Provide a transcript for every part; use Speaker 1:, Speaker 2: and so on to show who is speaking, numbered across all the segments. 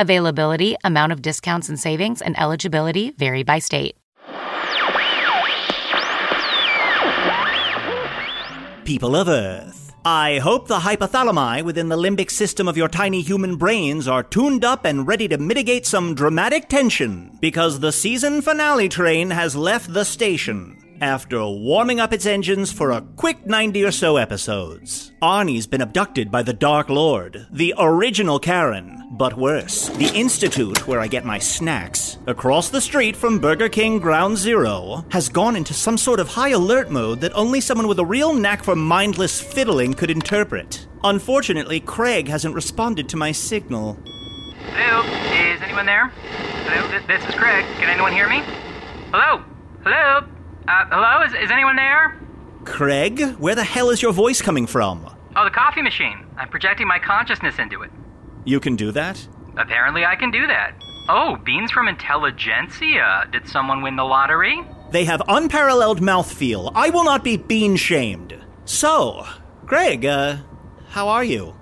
Speaker 1: Availability, amount of discounts and savings, and eligibility vary by state.
Speaker 2: People of Earth, I hope the hypothalami within the limbic system of your tiny human brains are tuned up and ready to mitigate some dramatic tension, because the season finale train has left the station. After warming up its engines for a quick 90 or so episodes, Arnie's been abducted by the Dark Lord, the original Karen, but worse, the Institute where I get my snacks, across the street from Burger King Ground Zero, has gone into some sort of high alert mode that only someone with a real knack for mindless fiddling could interpret. Unfortunately, Craig hasn't responded to my signal.
Speaker 3: Hello, is anyone there? Hello, th- this is Craig. Can anyone hear me? Hello? Hello? Uh, hello, is, is anyone there?
Speaker 2: Craig, where the hell is your voice coming from?
Speaker 3: Oh, the coffee machine. I'm projecting my consciousness into it.
Speaker 2: You can do that?
Speaker 3: Apparently, I can do that. Oh, beans from Intelligentsia. Did someone win the lottery?
Speaker 2: They have unparalleled mouthfeel. I will not be bean shamed. So, Greg, uh, how are you?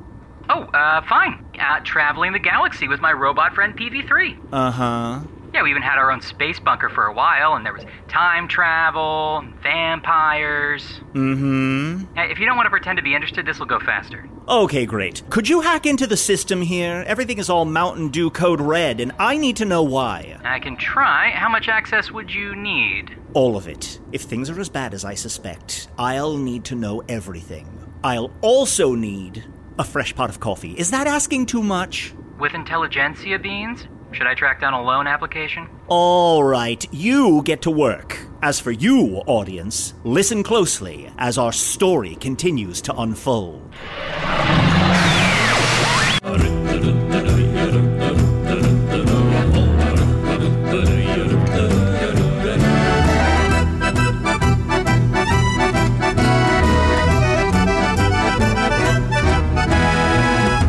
Speaker 3: Oh, uh, fine. Uh, traveling the galaxy with my robot friend PV3.
Speaker 2: Uh huh.
Speaker 3: Yeah, we even had our own space bunker for a while, and there was time travel, and vampires.
Speaker 2: Mm hmm.
Speaker 3: Hey, if you don't want to pretend to be interested, this will go faster.
Speaker 2: Okay, great. Could you hack into the system here? Everything is all Mountain Dew code red, and I need to know why.
Speaker 3: I can try. How much access would you need?
Speaker 2: All of it. If things are as bad as I suspect, I'll need to know everything. I'll also need a fresh pot of coffee. Is that asking too much?
Speaker 3: With Intelligentsia beans? Should I track down a loan application?
Speaker 2: All right, you get to work. As for you, audience, listen closely as our story continues to unfold.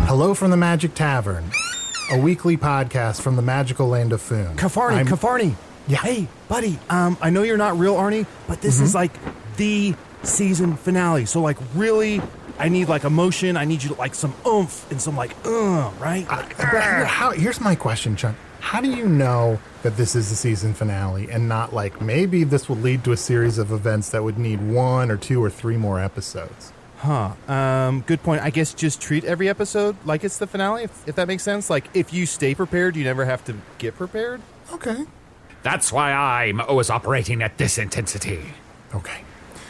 Speaker 4: Hello from the Magic Tavern, a weekly podcast from the magical land of Foon.
Speaker 5: Kafarni,
Speaker 4: I'm-
Speaker 5: Kafarni.
Speaker 4: Yeah. Mm-hmm.
Speaker 5: Hey, buddy. Um, I know you're not real Arnie, but this is like the season finale. So like, really, I need like emotion. I need you to like some oomph and some like, uh, right?
Speaker 4: I- but here- how, here's my question, Chuck. How do you know that this is the season finale and not like maybe this will lead to a series of events that would need one or two or three more episodes?
Speaker 5: Huh. Um, good point. I guess just treat every episode like it's the finale, if, if that makes sense. Like, if you stay prepared, you never have to get prepared.
Speaker 4: Okay.
Speaker 6: That's why I'm always operating at this intensity.
Speaker 4: Okay.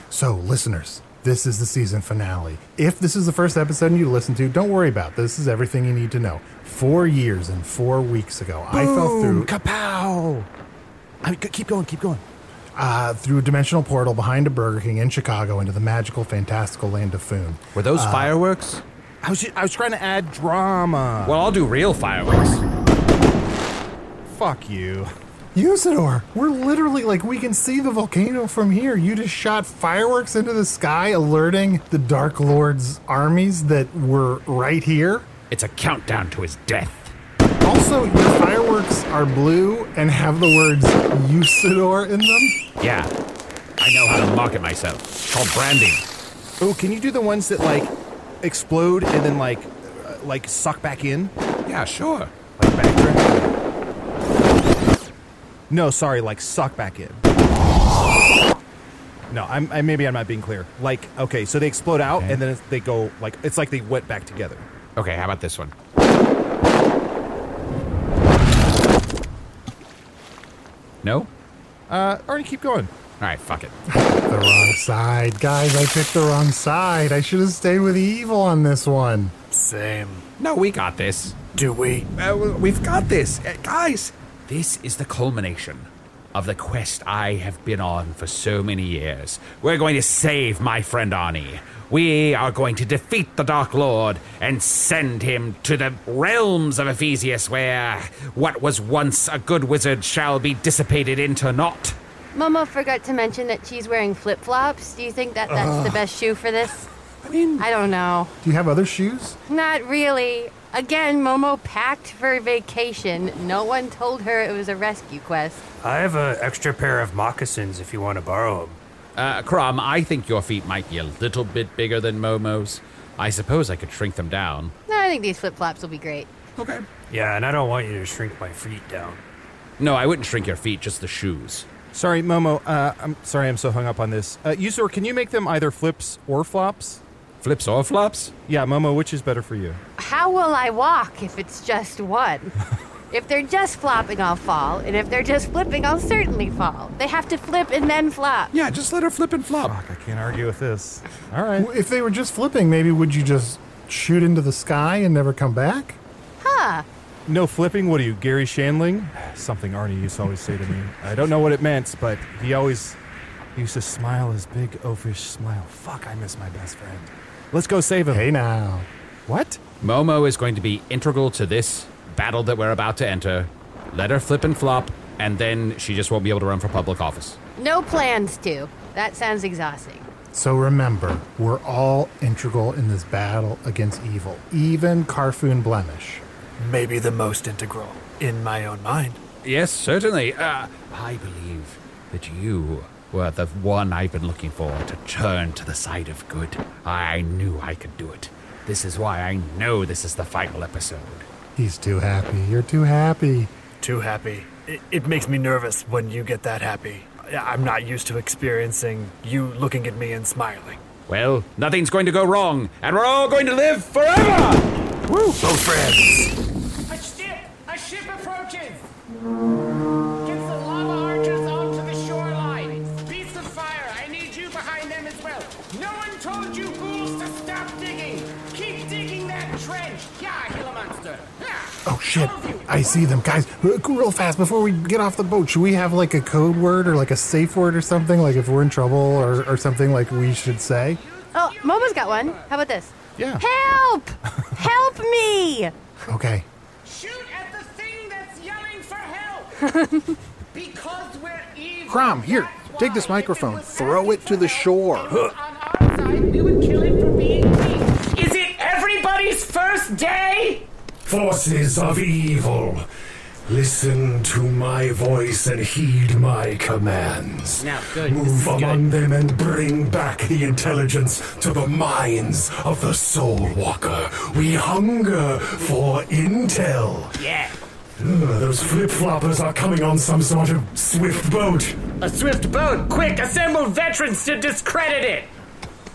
Speaker 4: So, listeners, this is the season finale. If this is the first episode you listen to, don't worry about it. This is everything you need to know. Four years and four weeks ago, I fell
Speaker 5: Boom,
Speaker 4: through
Speaker 5: Kapow. I mean, g- keep going. Keep going.
Speaker 4: uh, through a dimensional portal behind a Burger King in Chicago into the magical, fantastical land of Foon. Uh,
Speaker 6: Were those fireworks?
Speaker 5: Uh, I was, ju- I was trying to add drama.
Speaker 6: Well, I'll do real fireworks.
Speaker 5: Fuck you.
Speaker 4: Usador, we're literally like we can see the volcano from here. You just shot fireworks into the sky, alerting the Dark Lord's armies that were right here.
Speaker 6: It's a countdown to his death.
Speaker 4: Also, your fireworks are blue and have the words Usador in them.
Speaker 6: Yeah, I know how to market myself. It's called branding.
Speaker 5: Oh, can you do the ones that like explode and then like uh, like suck back in?
Speaker 6: Yeah, sure. Like Minecraft.
Speaker 5: No, sorry, like suck back in. No, I'm I, maybe I'm not being clear. Like, okay, so they explode out and then they go like it's like they went back together.
Speaker 6: Okay, how about this one? No? All
Speaker 5: Uh, Arnie, keep going.
Speaker 6: right, fuck it.
Speaker 4: The wrong side. Guys, I picked the wrong side. I should have stayed with evil on this one.
Speaker 7: Same.
Speaker 6: No, we got this.
Speaker 7: Do we?
Speaker 6: Uh, we've got this. Uh, guys, this is the culmination of the quest I have been on for so many years. We're going to save my friend Arnie. We are going to defeat the Dark Lord and send him to the realms of Ephesius, where what was once a good wizard shall be dissipated into naught.
Speaker 8: Mama forgot to mention that she's wearing flip flops. Do you think that that's the best shoe for this?
Speaker 4: I mean,
Speaker 8: I don't know.
Speaker 4: do you have other shoes?
Speaker 8: Not really. Again, Momo packed for vacation. No one told her it was a rescue quest.
Speaker 7: I have an extra pair of moccasins if you want to borrow them.
Speaker 6: Uh, Crom, I think your feet might be a little bit bigger than Momo's. I suppose I could shrink them down.
Speaker 8: No, I think these flip flops will be great.
Speaker 6: Okay.
Speaker 7: Yeah, and I don't want you to shrink my feet down.
Speaker 6: No, I wouldn't shrink your feet, just the shoes.
Speaker 5: Sorry, Momo. Uh, I'm sorry, I'm so hung up on this. Uh, Usador, can you make them either flips or flops?
Speaker 6: Flips or flops?
Speaker 5: Yeah, Momo, which is better for you?
Speaker 8: How will I walk if it's just one? if they're just flopping, I'll fall. And if they're just flipping, I'll certainly fall. They have to flip and then flop.
Speaker 6: Yeah, just let her flip and flop.
Speaker 5: I can't argue with this. All right.
Speaker 4: W- If they were just flipping, maybe would you just shoot into the sky and never come back?
Speaker 8: Huh.
Speaker 5: No flipping. What are you, Gary Shandling? Something Arnie used to always say to me. I don't know what it meant, but he always used to smile his big oafish smile. Fuck, I miss my best friend. Let's go save him.
Speaker 4: Hey now.
Speaker 5: What?
Speaker 6: Momo is going to be integral to this battle that we're about to enter. Let her flip and flop, and then she just won't be able to run for public office.
Speaker 8: No plans to. That sounds exhausting.
Speaker 4: So remember, we're all integral in this battle against evil, even Carfoon Blemish.
Speaker 7: Maybe the most integral in my own mind.
Speaker 6: Yes, certainly.
Speaker 9: Ah.
Speaker 6: Uh, I believe that you were the one I've been looking for to turn to the side of good. I knew I could do it. This is why I know this is the final episode.
Speaker 4: He's too happy. You're too happy.
Speaker 7: Too happy. It, it makes me nervous when you get that happy. I- I'm not used to experiencing you looking at me and smiling.
Speaker 6: Well, nothing's going to go wrong, and we're all going to live forever!
Speaker 7: Go friends!
Speaker 9: A ship! A ship approaches! Get the lava archers onto the shoreline! Beats of fire! I need you behind them as well! No one told you fools to stop digging! Keep digging that trench! Yeah, I heal a monster! Yeah.
Speaker 4: Oh shit!
Speaker 9: All of you.
Speaker 4: I see them, guys. r- Real fast before we get off the boat, should we have like a code word or like a safe word or something? Like if we're in trouble or, or something, like we should say.
Speaker 8: Oh, Momo's got one. How about this?
Speaker 5: Yeah.
Speaker 8: Help! Help me!
Speaker 4: Okay.
Speaker 9: Shoot at the thing that's yelling for help! because we're evil!
Speaker 10: Crom, here,
Speaker 9: that's
Speaker 10: take this
Speaker 9: why. If it
Speaker 10: microphone,
Speaker 9: was
Speaker 10: throw
Speaker 9: asking
Speaker 10: it to
Speaker 9: for
Speaker 10: the
Speaker 9: help,
Speaker 10: shore.
Speaker 9: if it was on our side, we would kill it for being weak. Is it everybody's first day?
Speaker 11: Forces of evil, listen to my voice and heed my commands.
Speaker 9: Now, good. This is
Speaker 11: Move
Speaker 9: good.
Speaker 11: among them and bring back the intelligence to the minds of the Soul Walker. We hunger for intel.
Speaker 9: Yeah.
Speaker 11: Ugh, those flip floppers are coming on some sort of swift boat.
Speaker 9: A swift boat, quick, assemble veterans to discredit it!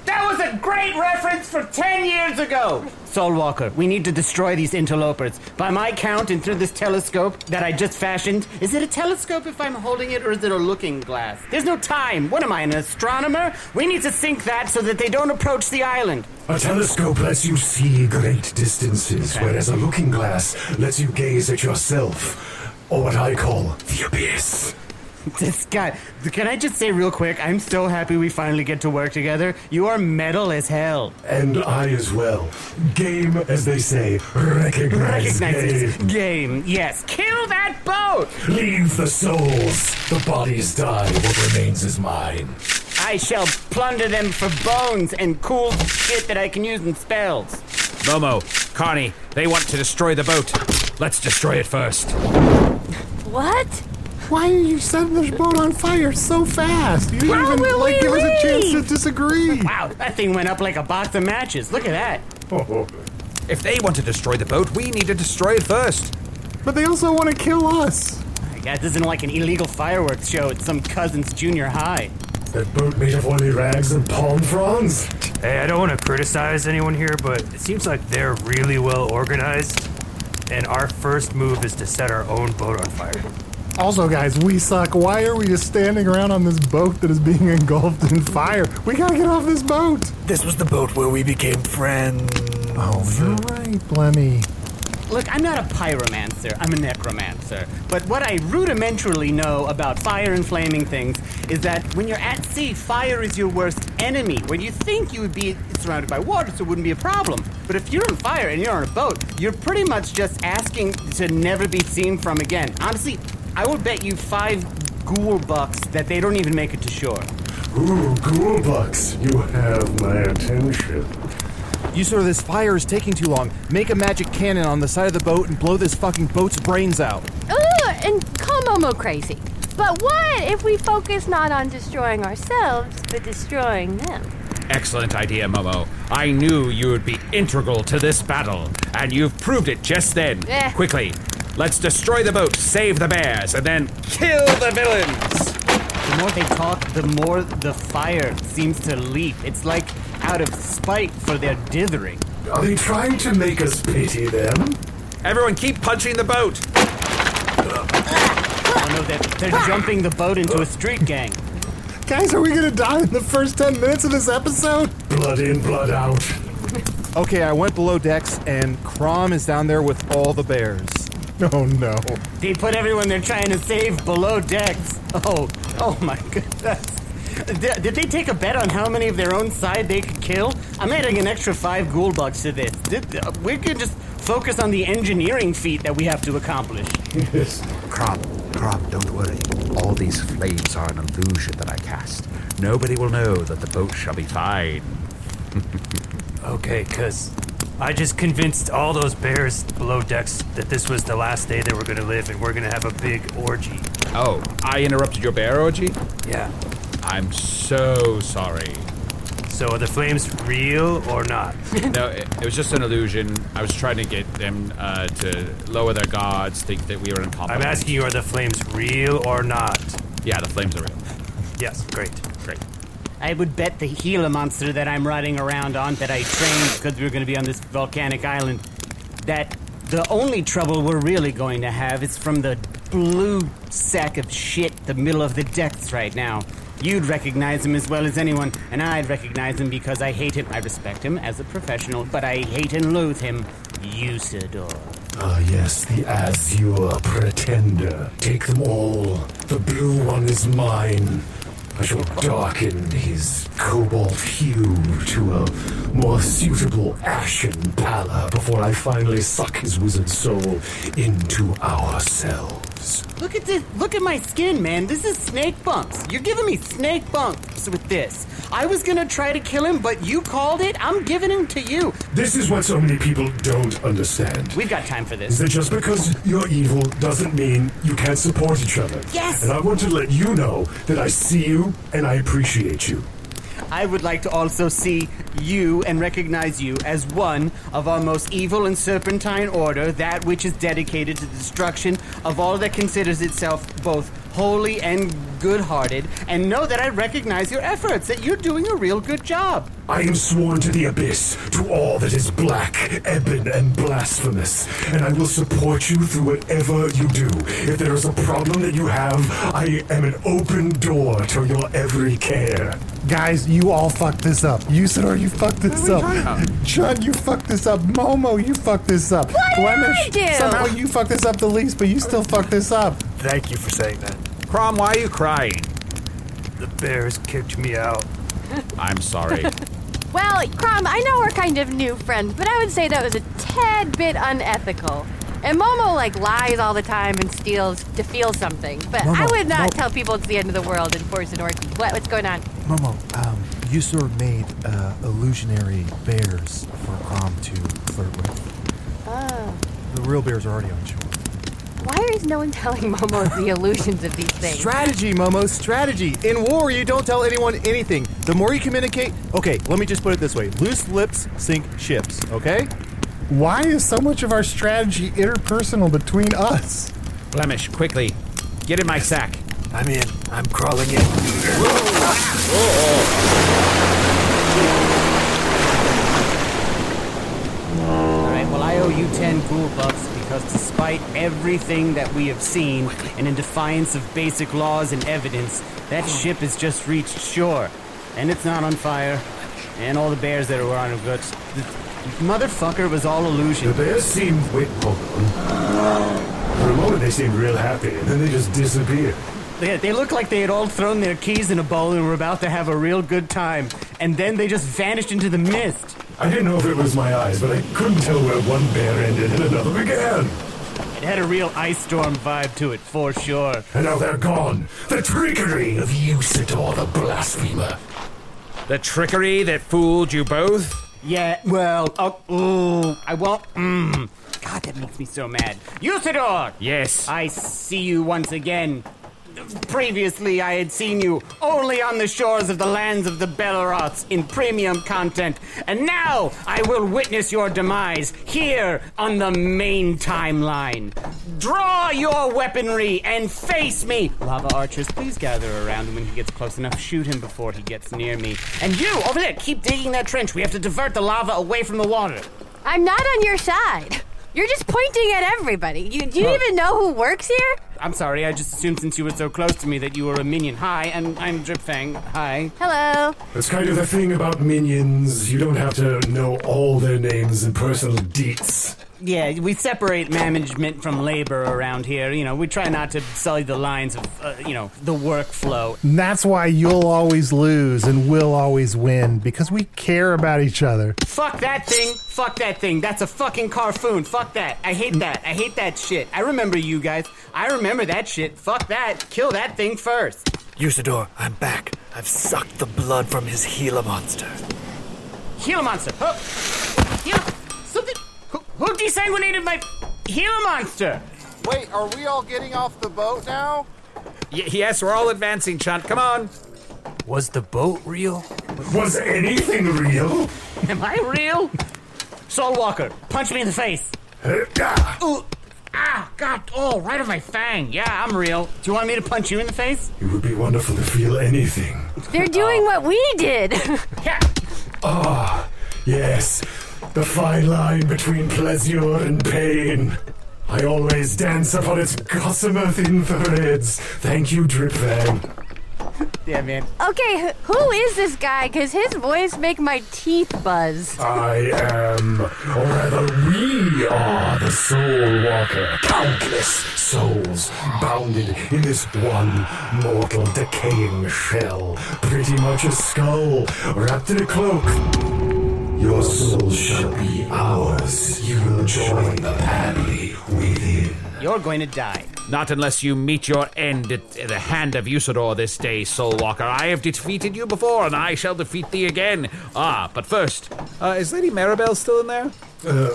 Speaker 9: That was a great reference for 10 years ago! Soulwalker, we need to destroy these interlopers. By my count and through this telescope that I just fashioned, is it a telescope if I'm holding it or is it a looking glass? There's no time. What am I, an astronomer? We need to sink that so that they don't approach the island.
Speaker 11: A telescope lets you see great distances, whereas a looking glass lets you gaze at yourself, or what I call the abyss.
Speaker 9: This guy. Can I just say real quick? I'm so happy we finally get to work together. You are metal as hell.
Speaker 11: And I as well. Game, as they say, recognize,
Speaker 9: Recognize
Speaker 11: game.
Speaker 9: this game. Yes. Kill that boat!
Speaker 11: Leave the souls. The bodies die. What remains is mine.
Speaker 9: I shall plunder them for bones and cool shit that I can use in spells.
Speaker 6: Momo, Carney, they want to destroy the boat. Let's destroy it first.
Speaker 4: What? Why are you setting this boat on fire so fast? You didn't
Speaker 9: How
Speaker 4: even
Speaker 9: will
Speaker 4: like
Speaker 9: we
Speaker 4: give us a chance to
Speaker 9: leave?
Speaker 4: disagree.
Speaker 9: Wow, that thing went up like a box of matches. Look at that.
Speaker 4: Oh,
Speaker 6: If they want to destroy the boat, we need to destroy it first.
Speaker 4: But they also want to kill us.
Speaker 9: My God, this isn't like an illegal fireworks show at some cousin's junior high.
Speaker 11: That boat made of oily rags and palm fronds?
Speaker 12: Hey, I don't want to criticize anyone here, but it seems like they're really well organized. And our first move is to set our own boat on fire.
Speaker 4: Also, guys, we suck. Why are we just standing around on this boat that is being engulfed in fire? We gotta get off this boat.
Speaker 12: This was the boat where we became friends.
Speaker 4: Oh, you're right, Blemmy.
Speaker 9: Look, I'm not a pyromancer, I'm a necromancer. But what I rudimentarily know about fire and flaming things is that when you're at sea, fire is your worst enemy. When you think you would be surrounded by water, so it wouldn't be a problem. But if you're on fire and you're on a boat, you're pretty much just asking to never be seen from again. Honestly, I would bet you five ghoul bucks that they don't even make it to shore.
Speaker 11: Ooh, ghoul bucks, you have my attention.
Speaker 5: You sir, this fire is taking too long. Make a magic cannon on the side of the boat and blow this fucking boat's brains out.
Speaker 8: Ooh, and call Momo crazy. But what if we focus not on destroying ourselves, but destroying them?
Speaker 6: Excellent idea, Momo. I knew you would be integral to this battle, and you've proved it just then.
Speaker 8: Eh.
Speaker 6: Quickly, let's destroy the boat, save the bears, and then kill the villains.
Speaker 9: The more they talk, the more the fire seems to leap. It's like out of spite for their dithering.
Speaker 11: Are they trying to make us pity them?
Speaker 6: Everyone, keep punching the boat.
Speaker 9: Oh no, they're, they're jumping the boat into a street gang.
Speaker 4: Guys, are we gonna die in the first 10 minutes of this episode?
Speaker 11: Blood in, blood out.
Speaker 5: Okay, I went below decks and Crom is down there with all the bears.
Speaker 4: Oh no.
Speaker 9: They put everyone they're trying to save below decks. Oh, oh my goodness. Did did they take a bet on how many of their own side they could kill? I'm adding an extra five ghoul bucks to this. Did- uh, We could just focus on the engineering feat that we have to accomplish.
Speaker 11: Yes.
Speaker 13: Crop, crop, don't worry. All these flames are an illusion that I cast. Nobody will know that the boat shall be fine.
Speaker 12: Okay, because I just convinced all those bears below decks that this was the last day they were going to live and we're going to have a big orgy.
Speaker 6: Oh, I interrupted your bear orgy?
Speaker 12: Yeah.
Speaker 6: I'm so sorry.
Speaker 12: So are the flames real or not?
Speaker 6: no, it, it was just an illusion. I was trying to get them uh, to lower their guards, think that we were
Speaker 12: I'm
Speaker 6: incompetent.
Speaker 12: asking you, are the flames real or not?
Speaker 6: Yeah, the flames are real.
Speaker 12: Yes, great.
Speaker 6: Great.
Speaker 9: I would bet the Gila monster that I'm riding around on that I trained because we were going to be on this volcanic island that the only trouble we're really going to have is from the blue sack of shit the middle of the decks right now. You'd recognize him as well as anyone, and I'd recognize him because I hate him. I respect him as a professional, but I hate and loathe him, Usador.
Speaker 11: Ah, yes, the Azure Pretender. Take them all. The blue one is mine. I shall darken his cobalt hue to a more suitable ashen pallor before I finally suck his wizard soul into ourselves.
Speaker 9: Look at this. Look at my skin, man. This is snake bumps. You're giving me snake bumps with this. I was gonna try to kill him, but you called it. I'm giving him to you.
Speaker 11: This is what so many people don't understand.
Speaker 9: We've got time for
Speaker 11: Is
Speaker 9: this.
Speaker 11: that just because you're evil doesn't mean you can't support each other?
Speaker 9: Yes.
Speaker 11: And I want to let you know that I see you and I appreciate you.
Speaker 9: I would like to also see you and recognize you as one of our most evil and serpentine order, that which is dedicated to the destruction of all that considers itself both holy and good-hearted, and know that I recognize your efforts. That you're doing a real good job.
Speaker 11: I am sworn to the abyss, to all that is black, ebon, and blasphemous, and I will support you through whatever you do. If there is a problem that you have, I am an open door to your every care.
Speaker 4: Guys, you all fucked this up. You, Sidor, you fucked this up. John, you fucked this up. Momo, you fucked this up.
Speaker 8: What did I do?
Speaker 4: somehow you fucked this up the least, but you still fucked this up.
Speaker 12: Thank you for saying that.
Speaker 6: Crom, why are you crying?
Speaker 12: The bears kicked me out.
Speaker 6: I'm sorry.
Speaker 8: Well, Crom, I know we're kind of new friends, but I would say that was a tad bit unethical. And Momo like lies all the time and steals to feel something. But I
Speaker 5: Momo,
Speaker 8: would not
Speaker 5: Mo-
Speaker 8: tell people it's the end of the world and force an orgy. What, what's going on?
Speaker 5: Momo, um, you sir made uh, illusionary bears for Crom to flirt with.
Speaker 8: Oh,
Speaker 14: The real bears are already on shore.
Speaker 8: Why is no one telling Momo the illusions of these things?
Speaker 14: Strategy, Momo, strategy. In war, you don't tell anyone anything. The more you communicate, okay, let me just put it this way loose lips sink ships, okay?
Speaker 4: Why is so much of our strategy interpersonal between us?
Speaker 6: Blemish, quickly. Get in my sack.
Speaker 11: I'm in. I'm crawling in.
Speaker 15: Alright, well, I owe you 10 ghoul bucks because despite everything that we have seen, and in defiance of basic laws and evidence, that ship has just reached shore. And it's not on fire. And all the bears that were on it were- the Motherfucker was all illusion.
Speaker 11: The bears seemed. Wait, hold on. For a moment, they seemed real happy, and then they just disappeared.
Speaker 9: They, they looked like they had all thrown their keys in a bowl and were about to have a real good time, and then they just vanished into the mist.
Speaker 11: I didn't know if it was my eyes, but I couldn't tell where one bear ended and another began.
Speaker 9: It had a real ice storm vibe to it, for sure.
Speaker 11: And now they're gone. The trickery of Usador the Blasphemer.
Speaker 6: The trickery that fooled you both?
Speaker 9: Yeah, well, oh, ooh, I won't. Mm. God, that makes me so mad. Usador!
Speaker 6: Yes.
Speaker 9: I see you once again. Previously, I had seen you only on the shores of the lands of the Belleroths in premium content, and now I will witness your demise here on the main timeline. Draw your weaponry and face me! Lava archers, please gather around, and when he gets close enough, shoot him before he gets near me. And you, over there, keep digging that trench. We have to divert the lava away from the water.
Speaker 8: I'm not on your side. You're just pointing at everybody. You, do you
Speaker 9: Huh.
Speaker 8: even know who works here?
Speaker 9: I'm sorry, I just assumed since you were so close to me that you were a minion. Hi, and I'm Dripfang. Hi.
Speaker 8: Hello.
Speaker 11: That's kind of the thing about minions. You don't have to know all their names and personal deets.
Speaker 9: Yeah, we separate management from labor around here. You know, we try not to sully the lines of, uh, you know, the workflow.
Speaker 4: And that's why you'll always lose and we'll always win because we care about each other.
Speaker 9: Fuck that thing. Fuck that thing. That's a fucking carfoon. Fuck that. I hate that. I hate that shit. I remember you guys. I remember that shit. Fuck that. Kill that thing first.
Speaker 7: Usador, I'm back. I've sucked the blood from his Gila monster.
Speaker 9: Gila monster. Oh. Huh. Gila. Something. Who, who desanguinated my Gila monster?
Speaker 16: Wait, are we all getting off the boat now?
Speaker 6: Y- yes, we're all advancing, Chunt. Come on.
Speaker 9: Was the boat real?
Speaker 11: Was anything real?
Speaker 9: Am I real? Saul Walker, punch me in the face. Ooh. Ah, God. Oh, right on my fang. Yeah, I'm real. Do you want me to punch you in the face?
Speaker 11: It would be wonderful to feel anything.
Speaker 8: They're doing what we did.
Speaker 11: Ah, yes. The fine line between pleasure and pain. I always dance upon its gossamer thin threads. Thank you, Dripfang.
Speaker 9: Yeah, man.
Speaker 8: okay, wh- who is this guy? Because his voice make my teeth buzz.
Speaker 11: I am, or rather, we are the soul walker. Countless souls bounded in this one mortal decaying shell. Pretty much a skull wrapped in a cloak. Your soul shall be ours. You will join the family within.
Speaker 9: You're going to die.
Speaker 6: Not unless you meet your end at the hand of Usador this day, Soul Walker. I have defeated you before, and I shall defeat thee again. Ah, but first, uh, is Lady Maribel still in there?
Speaker 11: Uh,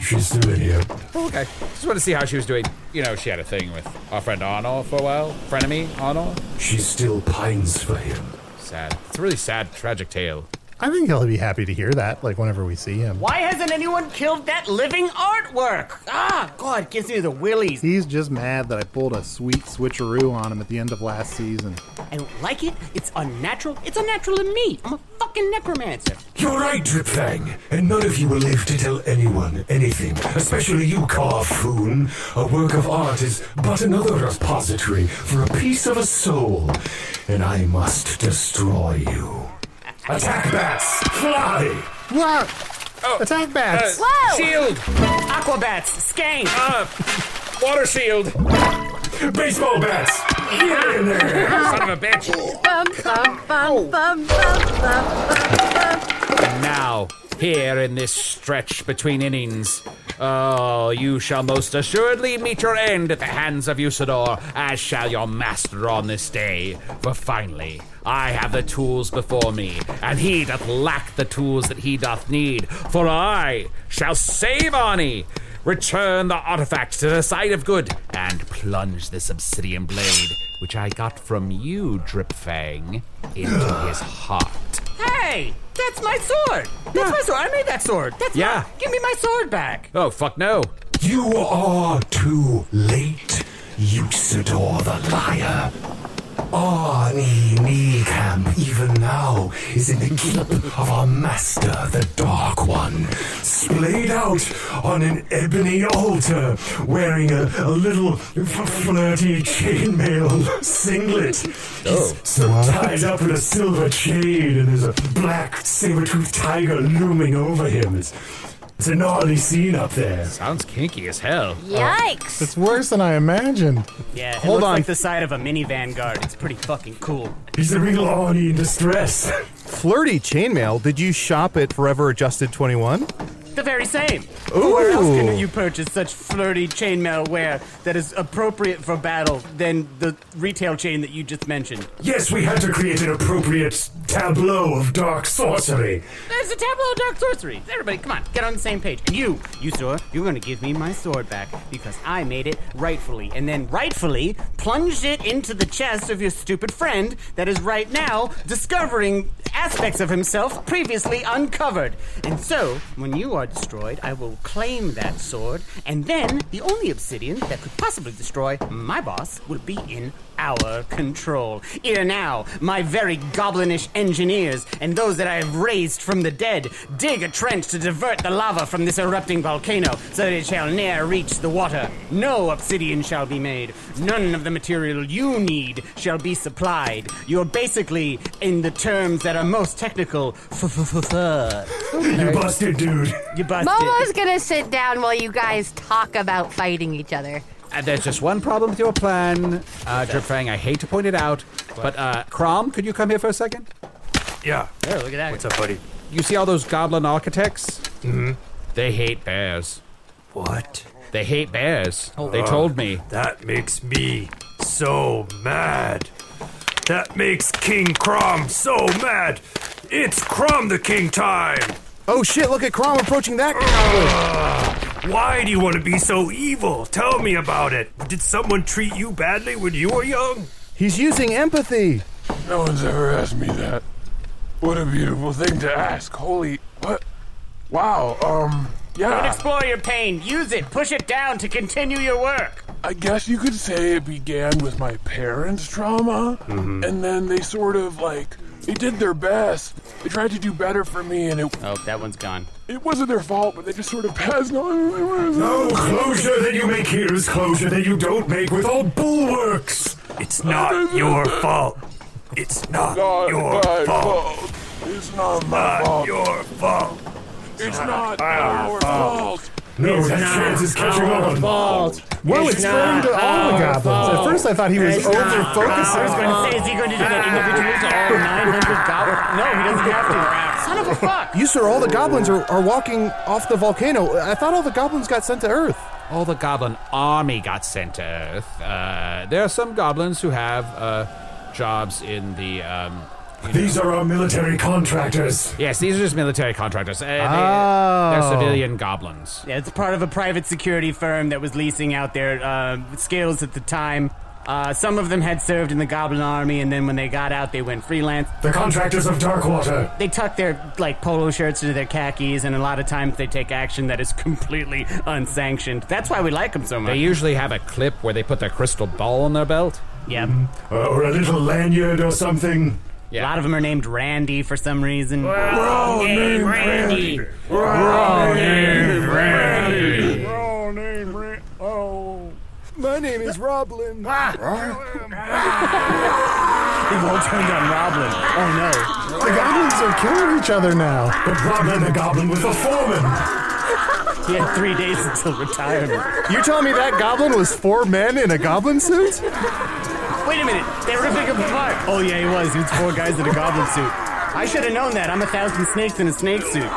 Speaker 11: she's still in here.
Speaker 6: Oh, okay. Just want to see how she was doing. You know, she had a thing with our friend Arnor for a while. Frenemy, Arnor.
Speaker 11: She still pines for him.
Speaker 6: Sad. It's a really sad, tragic tale.
Speaker 4: I think he'll be happy to hear that, like whenever we see him.
Speaker 9: Why hasn't anyone killed that living artwork? Ah, God, it gives me the willies.
Speaker 4: He's just mad that I pulled a sweet switcheroo on him at the end of last season.
Speaker 9: I don't like it. It's unnatural. It's unnatural in me. I'm a fucking necromancer.
Speaker 11: You're right, Dripfang, and none of you will live to tell anyone anything, especially you, Carfoon. A work of art is but another repository for a piece of a soul, and I must destroy you. Attack bats! Fly!
Speaker 4: Wow!
Speaker 11: Oh.
Speaker 4: Attack bats!
Speaker 6: Uh, Shield!
Speaker 9: Aquabats! Skank!
Speaker 6: Uh, water shield!
Speaker 11: Baseball bats! Get in there!
Speaker 6: Son of a bitch!
Speaker 8: Bum, bum, bum, bum, bum, bum, bum.
Speaker 6: And now, here in this stretch between innings, oh, you shall most assuredly meet your end at the hands of Usador, as shall your master on this day. For finally, I have the tools before me, and he doth lack the tools that he doth need, for I shall save Arnie. Return the artifact to the side of good and plunge this obsidian blade, which I got from you, Dripfang, into his heart.
Speaker 9: Hey, that's my sword. That's my sword. I made that sword. That's
Speaker 6: Yeah.
Speaker 9: my- give me my sword back.
Speaker 6: Oh, fuck no.
Speaker 11: You are too late, Usador the liar. Ah, Arnie Niekamp, even now, is in the keep of our master, the Dark One, splayed out on an ebony altar, wearing a, a little f- flirty chainmail singlet.
Speaker 6: Oh.
Speaker 11: So tied up with a silver chain, and there's a black saber-toothed tiger looming over him. It's, it's a gnarly scene up there.
Speaker 6: Sounds kinky as hell.
Speaker 8: Yikes!
Speaker 4: It's worse than I imagined.
Speaker 9: Yeah, it
Speaker 4: Hold
Speaker 9: looks
Speaker 4: on.
Speaker 9: like the side of a mini vanguard. It's pretty fucking cool.
Speaker 11: He's a real Arnie in distress.
Speaker 14: Flirty chainmail. Did you shop at Forever Adjusted 21?
Speaker 9: The very same.
Speaker 14: Ooh.
Speaker 9: Where else can you purchase such flirty chainmail wear that is appropriate for battle than the retail chain that you just mentioned?
Speaker 11: Yes, we had to create an appropriate tableau of dark sorcery.
Speaker 9: There's a tableau of dark sorcery. Everybody, come on, get on the same page. And you, you sir, you're gonna give me my sword back because I made it rightfully, and then rightfully plunged it into the chest of your stupid friend that is right now discovering aspects of himself previously uncovered. And so, when you are destroyed, I will claim that sword, and then the only obsidian that could possibly destroy my boss will be in our control. Ere now, my very goblinish engineers and those that I have raised from the dead dig a trench to divert the lava from this erupting volcano so that it shall ne'er reach the water. No obsidian shall be made. None of the material you need shall be supplied. You're basically, in the terms that are most technical,
Speaker 11: You busted, dude.
Speaker 9: You busted.
Speaker 8: Momo's gonna sit down while you guys talk about fighting each other.
Speaker 6: And Uh, there's just one problem with your plan, uh, Dripfang. I hate to point it out, but uh, Crom, could you come here for a second?
Speaker 11: Yeah.
Speaker 9: Yeah, look at that.
Speaker 11: What's up, buddy?
Speaker 6: You see all those goblin architects? Mm-hmm. They hate bears.
Speaker 11: What?
Speaker 6: They hate bears. they
Speaker 11: Uh,
Speaker 6: told me.
Speaker 11: That makes me so mad. That makes King Crom so mad. It's Crom the King time.
Speaker 14: Oh shit, look at Crom approaching that
Speaker 11: Ugh. why do you want to be so evil? Tell me about it. Did someone treat you badly when you were young?
Speaker 14: He's using empathy.
Speaker 17: No one's ever asked me that. What a beautiful thing to ask. Holy, what? Wow. Um,
Speaker 9: Don't
Speaker 17: yeah.
Speaker 9: explore your pain. Use it. Push it down to continue your work.
Speaker 17: I guess you could say it began with my parents' trauma,
Speaker 11: Mm-hmm.
Speaker 17: and then they sort of like they did their best. They tried to do better for me, and it
Speaker 9: Oh, that one's gone.
Speaker 17: it wasn't their fault, but they just sort of passed on.
Speaker 11: No closure that you make here is closure that you don't make with all bulwarks. It's not your fault. It's not your
Speaker 17: my
Speaker 11: fault.
Speaker 17: It's not
Speaker 11: Not
Speaker 17: my fault.
Speaker 11: your fault.
Speaker 17: It's not
Speaker 11: our
Speaker 17: our
Speaker 11: fault.
Speaker 17: fault.
Speaker 11: No,
Speaker 4: It's
Speaker 11: that
Speaker 4: not
Speaker 11: trance is catching
Speaker 4: our
Speaker 11: on.
Speaker 4: Whoa, it's, referring to all the goblins. At first, I thought he was over
Speaker 9: I was
Speaker 4: focusing.
Speaker 9: going to say, is he going to do that individually to all 900 goblins? No, he doesn't have to. Son of a fuck!
Speaker 14: You, sir, all the goblins are, are walking off the volcano. I thought all the goblins got sent to Earth.
Speaker 6: All the goblin army got sent to Earth. Uh, there are some goblins who have uh, jobs in the. Um,
Speaker 11: These are our military contractors.
Speaker 6: yes, these are just military contractors. Uh, they,
Speaker 14: Oh.
Speaker 6: They're civilian goblins.
Speaker 9: Yeah, it's part of a private security firm that was leasing out their uh, skills at the time. Uh, some of them had served in the Goblin Army, and then when they got out, they went freelance.
Speaker 11: The contractors of Darkwater.
Speaker 9: They tuck their like polo shirts into their khakis, and a lot of times they take action that is completely unsanctioned. That's why we like them so much.
Speaker 6: They usually have a clip where they put their crystal ball on their belt.
Speaker 9: yep.
Speaker 11: Uh, or a little lanyard or something.
Speaker 9: A lot of them are named Randy for some reason.
Speaker 11: We're all named Randy. We're all named Randy.
Speaker 14: My name is Roblin.
Speaker 9: Ah. They've all turned on Roblin. Oh
Speaker 4: The goblins are killing each other now.
Speaker 11: But Robin the Goblin was a foreman.
Speaker 9: no. He had three days until retirement.
Speaker 14: You're telling me that goblin was four men in a goblin suit?
Speaker 9: Wait a minute, they were ripping him apart. Oh yeah, he was. He was four guys in a goblin suit. I should have known that. I'm a thousand snakes in a snake suit.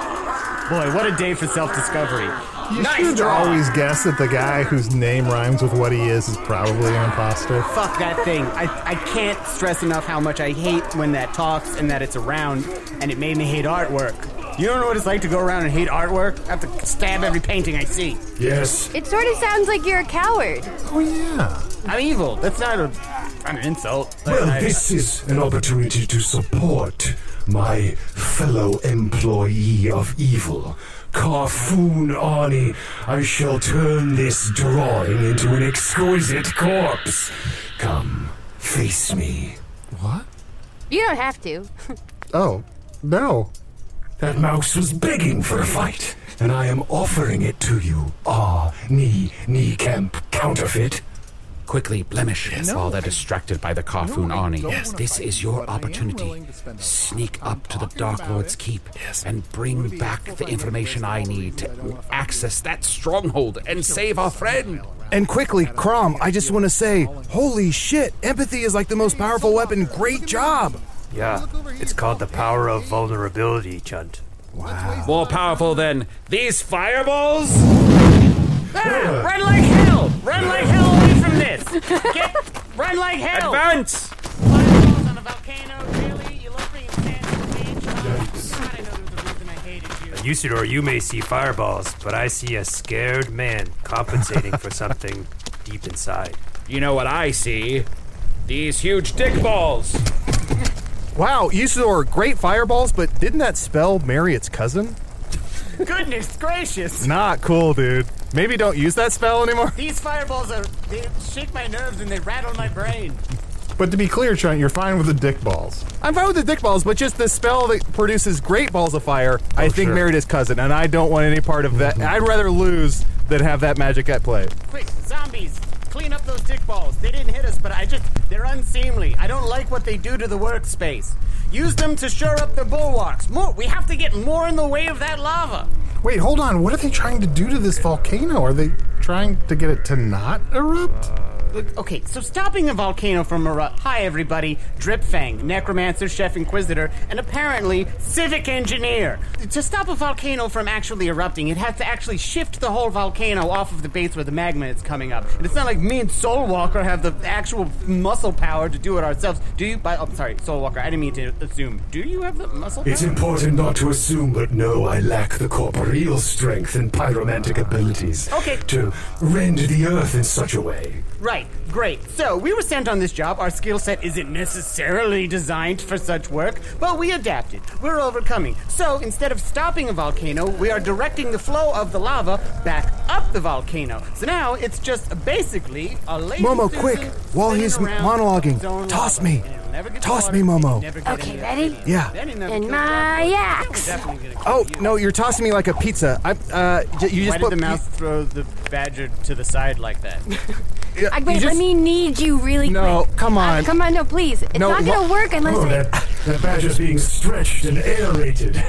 Speaker 9: Boy, what a day for self-discovery.
Speaker 4: You
Speaker 9: nice
Speaker 4: should
Speaker 9: draw.
Speaker 4: always guess that the guy whose name rhymes with what he is is probably an imposter.
Speaker 9: Fuck that thing. I, I can't stress enough how much I hate when that talks and that it's around, and it made me hate artwork. You don't know what it's like to go around and hate artwork? I have to stab every painting I see.
Speaker 11: Yes.
Speaker 8: It sort of sounds like you're a coward.
Speaker 9: Oh, yeah. I'm evil. That's not a, an insult.
Speaker 11: Well,
Speaker 9: I-
Speaker 11: this is an opportunity to support my fellow employee of evil. Carfoon Arnie, I shall turn this drawing into an exquisite corpse. Come, face me. What?
Speaker 8: You don't have to.
Speaker 11: Oh, no. That mouse was begging for a fight, and I am offering it to you. Ah, knee, knee camp, counterfeit.
Speaker 18: Quickly, blemish. Yes, while they're distracted by the Carfoon
Speaker 6: No, I
Speaker 18: Arnie.
Speaker 6: don't
Speaker 18: Yes,
Speaker 6: wanna
Speaker 18: this
Speaker 6: fight
Speaker 18: is
Speaker 6: you,
Speaker 18: your
Speaker 6: but I am
Speaker 18: opportunity.
Speaker 6: willing
Speaker 18: Sneak up to the Dark Lord's keep and bring back the information I need to access that stronghold and save our friend.
Speaker 14: And quickly, Crom, I just want to say, holy shit, empathy is like the most powerful weapon. Great job!
Speaker 12: Yeah, it's called the power of vulnerability, Chunt.
Speaker 6: More powerful than these fireballs?
Speaker 9: Ah, run like hell! Run like hell away from this! Get, run like hell!
Speaker 6: Advance!
Speaker 12: Usador, you may see fireballs, but I see a scared man compensating for something deep inside.
Speaker 6: You know what I see? These huge dick balls!
Speaker 14: Wow, Usador, great fireballs, but didn't that spell marry its cousin?
Speaker 9: Goodness gracious!
Speaker 14: Not cool, dude. Maybe don't use that spell anymore.
Speaker 9: These fireballs are. They shake my nerves and they rattle my brain.
Speaker 4: But to be clear, Trent, you're fine with the dick balls.
Speaker 14: I'm fine with the dick balls, but just the spell that produces great balls of fire, I think
Speaker 4: sure.
Speaker 14: married his cousin, and I don't want any part of that. I'd rather lose than have that magic at play.
Speaker 9: Quick, zombies, clean up those dick balls. They didn't hit us, but I just. They're unseemly. I don't like what they do to the workspace. Use them to shore up the bulwarks. More. We have to get more in the way of that lava.
Speaker 4: Wait, hold on. What are they trying to do to this volcano? Are they trying to get it to not erupt?
Speaker 9: Look, Okay, so stopping a volcano from erupt. Hi, everybody. Dripfang, necromancer, chef inquisitor, and apparently civic engineer. To stop a volcano from actually erupting, it has to actually shift the whole volcano off of the base where the magma is coming up. And it's not like me and Soulwalker have the actual muscle power to do it ourselves. Do you? By, oh, sorry, Soulwalker. I didn't mean to assume. Do you have the muscle?
Speaker 11: It's
Speaker 9: power?
Speaker 11: important not to assume, but no, I lack the corporeal strength and pyromantic abilities
Speaker 9: Okay.
Speaker 11: to rend the earth in such a way.
Speaker 9: Right, great. So, we were sent on this job. Our skill set isn't necessarily designed for such work, but we adapted. We're overcoming. So, instead of stopping a volcano, we are directing the flow of the lava back up the volcano. So now it's just basically a lazy
Speaker 14: Momo,
Speaker 9: Susan
Speaker 14: quick! While he's
Speaker 9: sitting around its
Speaker 14: monologuing,
Speaker 9: own
Speaker 14: toss
Speaker 9: lava.
Speaker 14: me!
Speaker 9: It'll never get
Speaker 14: Toss
Speaker 9: water,
Speaker 14: me, Momo.
Speaker 9: it'll never get
Speaker 8: Okay,
Speaker 9: any
Speaker 8: ready?
Speaker 14: Yeah.
Speaker 9: Then it never
Speaker 8: And
Speaker 9: goes
Speaker 8: my
Speaker 9: down.
Speaker 8: axe.
Speaker 9: We're definitely gonna-
Speaker 14: Oh no, you're tossing me like a pizza. I uh, j- you just
Speaker 9: Why
Speaker 14: put
Speaker 9: did the mouse throw the badger to the side like that?
Speaker 14: you-
Speaker 8: I,
Speaker 14: you
Speaker 8: wait,
Speaker 14: just-
Speaker 8: let me need you really
Speaker 14: No,
Speaker 8: quick.
Speaker 14: come
Speaker 8: Uh,
Speaker 14: on.
Speaker 8: come on, no, please. It's
Speaker 14: No,
Speaker 8: not going
Speaker 14: wha-
Speaker 8: to work unless
Speaker 11: Oh,
Speaker 8: I.
Speaker 11: that, that badger's being stretched and aerated.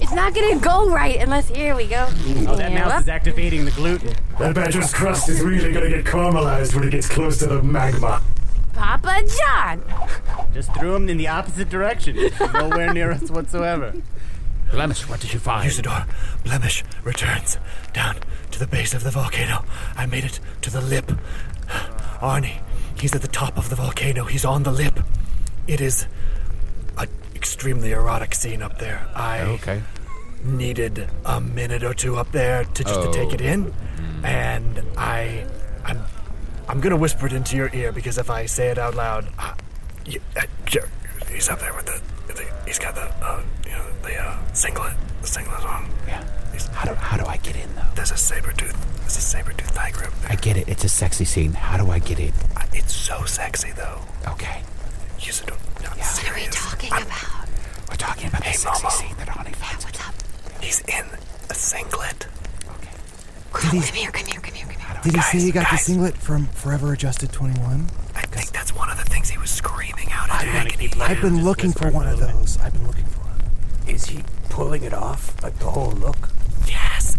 Speaker 8: It's not going to go right unless. Here we go.
Speaker 9: Oh, that mouse is activating the gluten.
Speaker 11: That badger's crust is really gonna get caramelized when it gets close to the magma.
Speaker 8: Papa John!
Speaker 9: Just threw him in the opposite direction. Nowhere near us whatsoever.
Speaker 18: Blemish, what did you find?
Speaker 7: Usador, blemish returns down to the base of the volcano. I made it to the lip. Arnie, he's at the top of the volcano. He's on the lip. It is an extremely erotic scene up there. I
Speaker 18: Okay.
Speaker 7: needed a minute or two up there to just to take it
Speaker 18: Oh.
Speaker 7: in, and I, I'm, I'm gonna whisper it into your ear because if I say it out loud, uh, you, uh, sure, he's up there with the, the- he's got the, uh, you know, the uh, singlet, the singlet on. Yeah.
Speaker 18: How do, how do I get in, though?
Speaker 7: There's a saber tooth. There's a saber tooth thigh grip.
Speaker 18: I get it. It's a sexy scene. How do I get in?
Speaker 7: Uh, It's so sexy though.
Speaker 18: Okay.
Speaker 7: You said, no, I'm serious. What are we talking about?
Speaker 18: We're talking about
Speaker 7: hey,
Speaker 18: the sexy
Speaker 7: Momo.
Speaker 18: scene that Arnie finds. what's up?
Speaker 7: He's in a singlet.
Speaker 14: Did he,
Speaker 7: Come here, come here, come here, come here.
Speaker 14: did he say he got the
Speaker 7: guys,
Speaker 14: singlet from Forever Adjusted 21?
Speaker 7: I think that's one of the things he was screaming out at agony.
Speaker 14: I've been looking for one of those. I've been looking for one.
Speaker 12: Is he pulling it off? Like the whole look?
Speaker 7: Yes,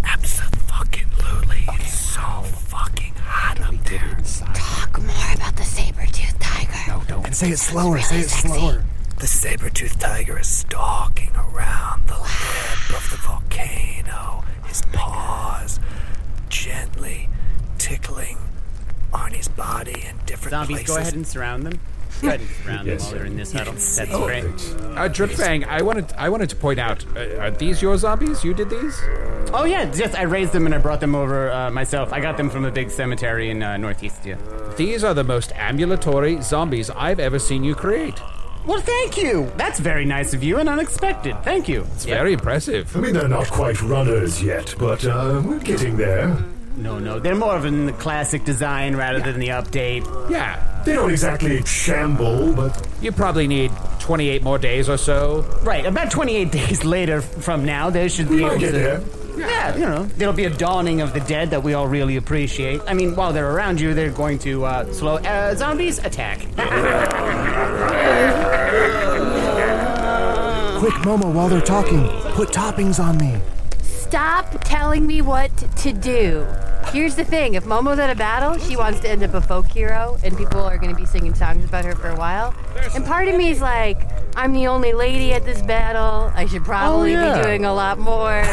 Speaker 7: absolutely. It's so fucking hot up there.
Speaker 8: Talk more about the saber tooth tiger.
Speaker 18: No, don't.
Speaker 14: And say it slower. Say it slower.
Speaker 7: The saber-toothed tiger is stalking around the lip of the volcano. His paws gently tickling Arnie's body in different
Speaker 9: Zombies,
Speaker 7: places.
Speaker 9: go ahead and surround them. Good. Round them
Speaker 6: Yes.
Speaker 9: while they're in this
Speaker 6: You
Speaker 9: huddle.
Speaker 6: can
Speaker 9: That's
Speaker 11: Oh,
Speaker 6: see
Speaker 9: great.
Speaker 6: Uh, Dripfang, I wanted I wanted to point out, uh, are these your zombies? You did these?
Speaker 9: Oh yeah, just I raised them and I brought them over uh, myself. I got them from a big cemetery in uh, Northeast. Yeah.
Speaker 6: These are the most ambulatory zombies I've ever seen you create.
Speaker 9: Well, thank you. That's very nice of you and unexpected. Thank you. It's
Speaker 6: very impressive.
Speaker 11: I mean, they're not quite runners yet, but uh, we're getting there.
Speaker 9: No, no, they're more of in the classic design rather than the update.
Speaker 6: Yeah.
Speaker 11: They don't exactly shamble, but.
Speaker 6: You probably need 28 more days or so.
Speaker 9: Right, about 28 days later from now, there should
Speaker 11: We
Speaker 9: be
Speaker 11: might
Speaker 9: able
Speaker 11: get
Speaker 9: to-
Speaker 11: there.
Speaker 9: Yeah, you know, there'll be a dawning of the dead that we all really appreciate. I mean, while they're around you, they're going to uh, slow uh, zombies attack.
Speaker 14: Quick, Momo, while they're talking, put toppings on me.
Speaker 8: Stop telling me what to do. Here's the thing if Momo's at a battle, she wants to end up a folk hero, and people are going to be singing songs about her for a while. And part of me is like, I'm the only lady at this battle. I should probably
Speaker 5: yeah.
Speaker 8: be doing a lot more.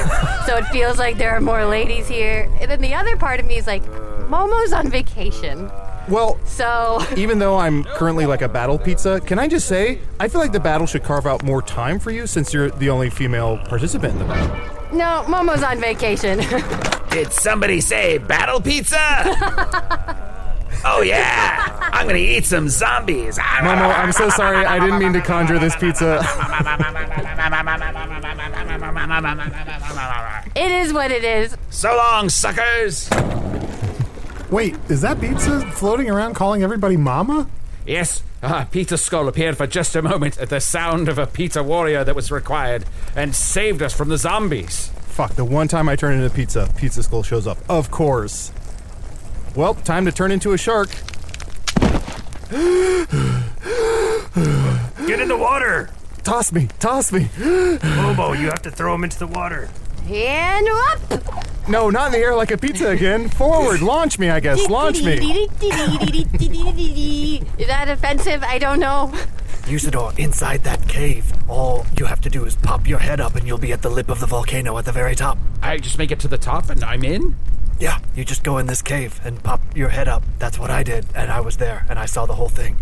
Speaker 8: so it feels like there are more ladies here. And then the other part of me is like, Momo's on vacation.
Speaker 14: Well,
Speaker 8: So.
Speaker 14: even though I'm currently like a battle pizza, can I just say I feel like the battle should carve out more time for you since you're the only female participant in the battle.
Speaker 8: No, Momo's on vacation.
Speaker 19: Did somebody say battle pizza? oh yeah, I'm gonna eat some zombies.
Speaker 14: Momo, I'm so sorry. I didn't mean to conjure this pizza.
Speaker 8: it is what it is.
Speaker 19: So long, suckers.
Speaker 4: Wait, is that pizza floating around calling everybody mama?
Speaker 6: Yes, ah, Peter Skull appeared for just a moment at the sound of a Peter warrior that was required and saved us from the zombies.
Speaker 14: Fuck, the one time I turn into pizza, Pizza Skull shows up. Of course. Well, time to turn into a shark.
Speaker 12: Get in the water!
Speaker 14: Toss me, toss me.
Speaker 12: Momo, you have to throw him into the water.
Speaker 8: And up!
Speaker 14: No, not in the air like a pizza again. Forward, launch me, I guess. Launch me.
Speaker 8: Is that offensive? I don't know.
Speaker 7: Usador, inside that cave, all you have to do is pop your head up and you'll be at the lip of the volcano at the very top.
Speaker 6: I just make it to the top and I'm in?
Speaker 7: Yeah, you just go in this cave and pop your head up. That's what I did, and I was there, and I saw the whole thing.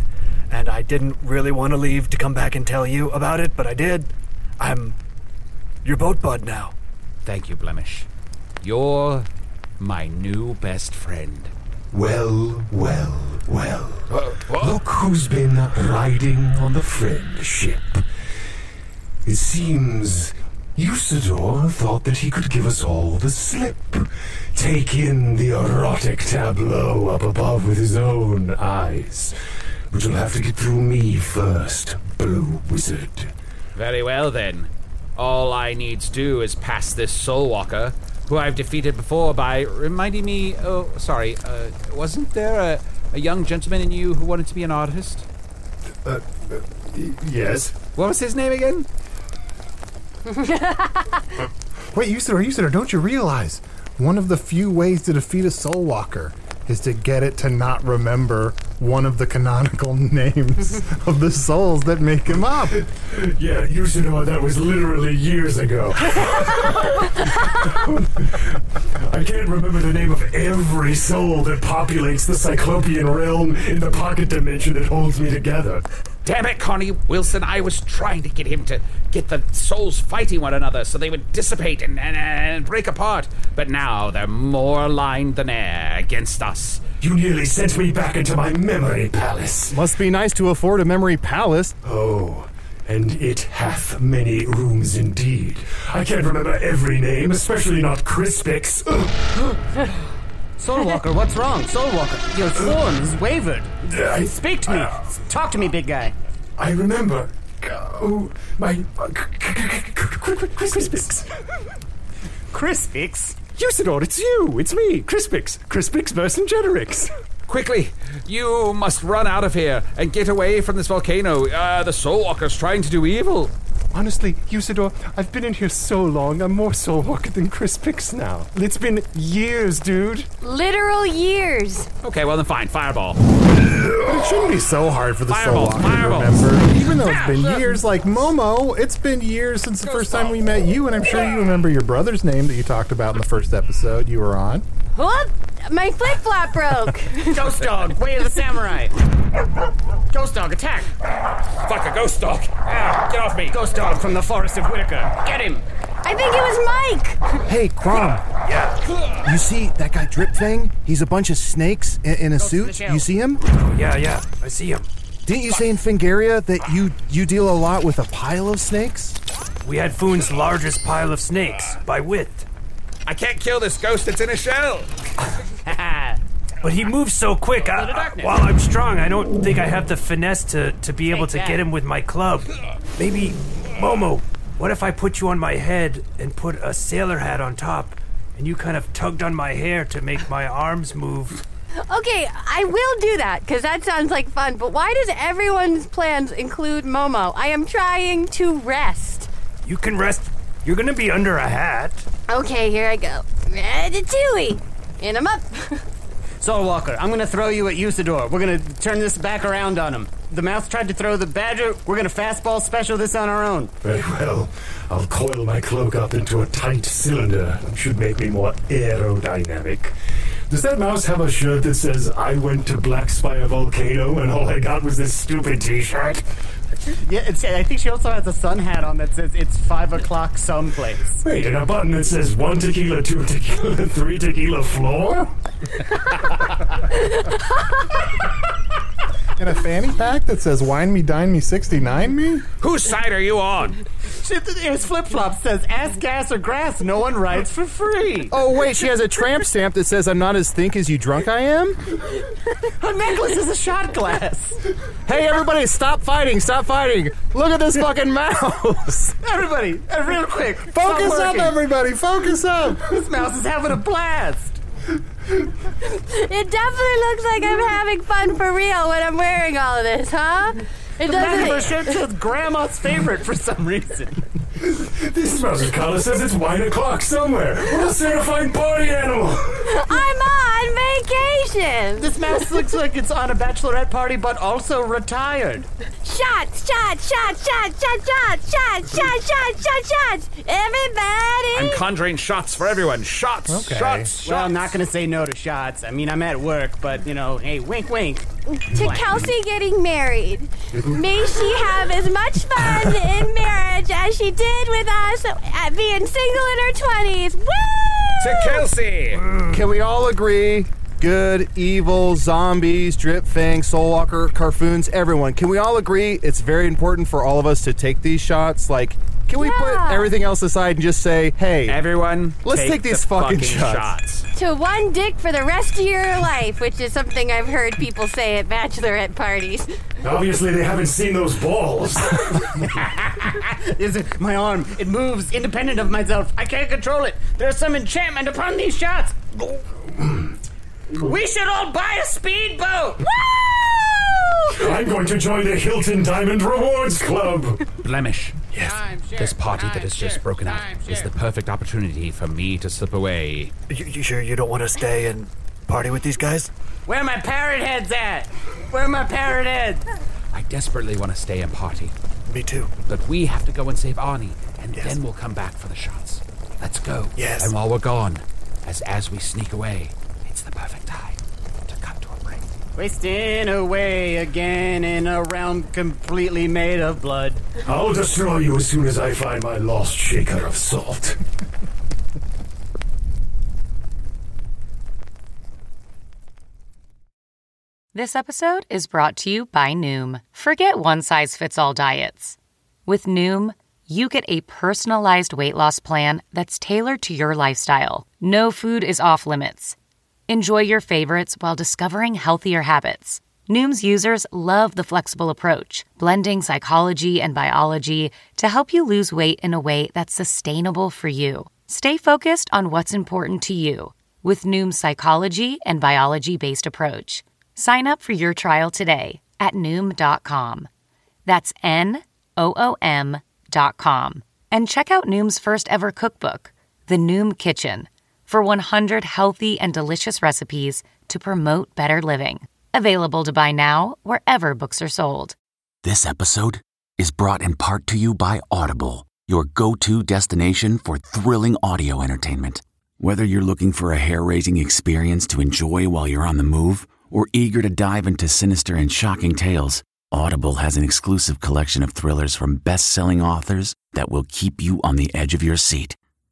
Speaker 7: And I didn't really want to leave to come back and tell you about it, but I did. I'm your boat bud now.
Speaker 6: Thank you, Blemish. You're my new best friend.
Speaker 11: Well, well, well. Look who's been riding on the friendship. It seems Usador thought that he could give us all the slip. Take in the erotic tableau up above with his own eyes. But you'll have to get through me first, Blue Wizard.
Speaker 6: Very well then. All I needs do is pass this Soul Walker, who I've defeated before by reminding me. Oh, sorry. Uh, wasn't there a, a young gentleman in you who wanted to be an artist?
Speaker 11: Uh, yes.
Speaker 6: What was his name again?
Speaker 4: Wait, Usador, Usador, don't you realize one of the few ways to defeat a soul walker is to get it to not remember one of the canonical names of the souls that make him up?
Speaker 11: Yeah, Usador, that was literally years ago. I can't remember the name of every soul that populates the Cyclopean realm in the pocket dimension that holds me together.
Speaker 6: Damn it, Connie Wilson! I was trying to get him to get the souls fighting one another so they would dissipate and, and, and break apart. But now they're more aligned than ever against us.
Speaker 11: You nearly sent me back into my memory palace.
Speaker 14: Must be nice to afford a memory palace.
Speaker 11: Oh, and it hath many rooms indeed. I can't remember every name, especially not Crispix.
Speaker 9: Soulwalker, what's wrong? Soulwalker, your form is wavered.
Speaker 11: I-
Speaker 9: Speak to me.
Speaker 11: I-
Speaker 9: Talk to me, big guy.
Speaker 11: I remember. Oh, my. Crispix.
Speaker 9: Crispix?
Speaker 11: Usador, it's you! It's me, Crispix. Crispix versus Generix.
Speaker 6: Quickly, you must run out of here and get away from this volcano. Uh, the Soul Walker's trying to do evil.
Speaker 20: Honestly, Usador, I've been in here so long, I'm more soul walker than Chris Pix now. It's been years, dude.
Speaker 8: Literal years.
Speaker 6: Okay, well then, fine. Fireball.
Speaker 4: It shouldn't be so hard for the
Speaker 6: Fireballs,
Speaker 4: soul walker
Speaker 6: fireballs.
Speaker 4: to remember. Even though it's been years, like Momo, it's been years since the first time we met you, and I'm sure you remember your brother's name that you talked about in the first episode you were on.
Speaker 8: Whoop! My flip flop broke.
Speaker 9: Ghost dog, way of the samurai. Ghost dog, attack! Fuck a ghost dog! Ah, get off me! Ghost dog from the forest of Whitaker. Get him!
Speaker 8: I think it was Mike.
Speaker 5: Hey, Crom. Yeah. You see that guy Drip Thing? He's a bunch of snakes in, in a suit. You see him?
Speaker 12: Oh,
Speaker 11: Oh,
Speaker 12: Yeah, yeah, I see him.
Speaker 5: Didn't you say in Fingaria that you you deal a lot with a pile of snakes?
Speaker 12: We had Foon's largest pile of snakes by width.
Speaker 6: I can't kill this ghost that's in a shell.
Speaker 12: But he moves so quick. I, I- while I'm strong, I don't think I have the finesse to, to be able to
Speaker 9: that.
Speaker 12: get him with my club. Maybe, Momo, what if I put you on my head and put a sailor hat on top, and you kind of tugged on my hair to make my arms move?
Speaker 8: Okay, I will do that because that sounds like fun. But why does everyone's plans include Momo? I am trying to rest.
Speaker 12: You can rest. You're gonna be under a hat.
Speaker 8: Okay, here I go. Ratatouille, and I'm up.
Speaker 9: Soul Walker, I'm gonna throw you at Usador. We're gonna turn this back around on him. The mouse tried to throw the badger. We're gonna fastball special this on our own.
Speaker 11: Very well. I'll coil my cloak up into a tight cylinder. Should make me more aerodynamic. Does that mouse have a shirt that says I went to Black Spire Volcano and all I got was this stupid t-shirt?
Speaker 9: Yeah, it's, I think she also has a sun hat on that says it's five o'clock someplace.
Speaker 11: Wait, and a button that says one tequila, two tequila, three tequila floor?
Speaker 4: In a fanny pack that says "Wine me, dine me, sixty-nine me."
Speaker 6: Whose side are you on?
Speaker 9: Shit, his flip flop says ass, gas, or grass. No one rides for free.
Speaker 5: Oh wait, she has a tramp stamp that says "I'm not as think as you drunk I am."
Speaker 9: Her necklace is a shot glass.
Speaker 5: Hey everybody, stop fighting! Stop fighting! Look at this fucking mouse!
Speaker 9: Everybody, uh, real quick.
Speaker 5: Focus
Speaker 9: stop
Speaker 5: up,
Speaker 9: working.
Speaker 5: everybody! Focus up!
Speaker 9: This mouse is having a blast.
Speaker 8: it definitely looks like I'm having fun for real when I'm wearing all of this, huh? It
Speaker 9: The back of her
Speaker 8: doesn't.
Speaker 9: shirt says grandma's favorite for some reason.
Speaker 11: This mouse of color says it's wine o'clock somewhere. What a certified party animal!
Speaker 8: I'm on vacation.
Speaker 9: This mouse looks like it's on a bachelorette party, but also retired.
Speaker 8: Shots, shots, shots, shots, shots, shots, shots, shots, shots, shots, shots. Everybody.
Speaker 6: I'm conjuring shots for everyone. Shots. Shots.
Speaker 9: Well, I'm not gonna say no to shots. I mean, I'm at work, but you know, hey, wink, wink.
Speaker 8: to Kelsey getting married. May she have as much fun in marriage as she did with us at being single in her 20s. Woo!
Speaker 6: To Kelsey.
Speaker 5: Can we all agree? Good, evil, zombies, Drip Fang, Soulwalker, Carfoons, everyone. Can we all agree it's very important for all of us to take these shots? Like, can we put everything else aside and just say, hey,
Speaker 6: everyone,
Speaker 5: let's
Speaker 6: take
Speaker 5: take, these
Speaker 6: the
Speaker 5: fucking,
Speaker 6: fucking
Speaker 5: shots.
Speaker 8: To one dick for the rest of your life, which is something I've heard people say at bachelorette parties.
Speaker 11: Obviously, they haven't seen those balls.
Speaker 9: Is it my arm? It moves independent of myself. I can't control it. There's some enchantment upon these shots. We should all buy a speedboat.
Speaker 11: I'm going to join the Hilton Diamond Rewards Club.
Speaker 6: Blemish. Yes. this party that has just broken up is the perfect opportunity for me to slip away.
Speaker 7: You, you sure you don't want to stay and party with these guys?
Speaker 9: Where my parrot heads at? Where my parrot heads?
Speaker 6: I desperately want to stay and party.
Speaker 7: Me too.
Speaker 6: But we have to go and save Arnie, and then we'll come back for the shots. Let's go.
Speaker 7: Yes.
Speaker 6: And while we're gone, as as we sneak away, it's the perfect time to cut to a break.
Speaker 9: Wasting away again in a realm completely made of blood.
Speaker 11: I'll destroy you as soon as I find my lost shaker of salt.
Speaker 1: This episode is brought to you by Noom. Forget one size fits all diets. With Noom, you get a personalized weight loss plan that's tailored to your lifestyle. No food is off limits. Enjoy your favorites while discovering healthier habits. Noom's users love the flexible approach, blending psychology and biology to help you lose weight in a way that's sustainable for you. Stay focused on what's important to you with Noom's psychology and biology based approach. Sign up for your trial today at Noom.com. That's N O O M.com. And check out Noom's first ever cookbook, The Noom Kitchen, for 100 healthy and delicious recipes to promote better living. Available to buy now wherever books are sold.
Speaker 21: This episode is brought in part to you by Audible, your go to destination for thrilling audio entertainment. Whether you're looking for a hair raising experience to enjoy while you're on the move, or eager to dive into sinister and shocking tales, Audible has an exclusive collection of thrillers from best selling authors that will keep you on the edge of your seat.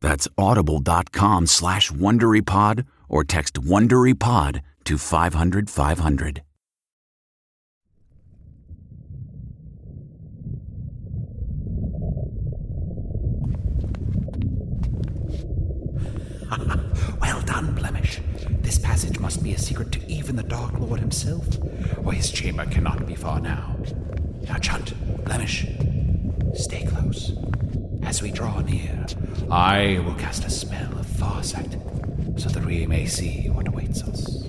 Speaker 21: That's audible.com slash WonderyPod or text WonderyPod to 500 500.
Speaker 18: Well done, Blemish. This passage must be a secret to even the Dark Lord himself, or his chamber cannot be far now. Now, Chunt, Blemish, stay close. As we draw near, I will cast a spell of farsight, so that we may see what awaits us.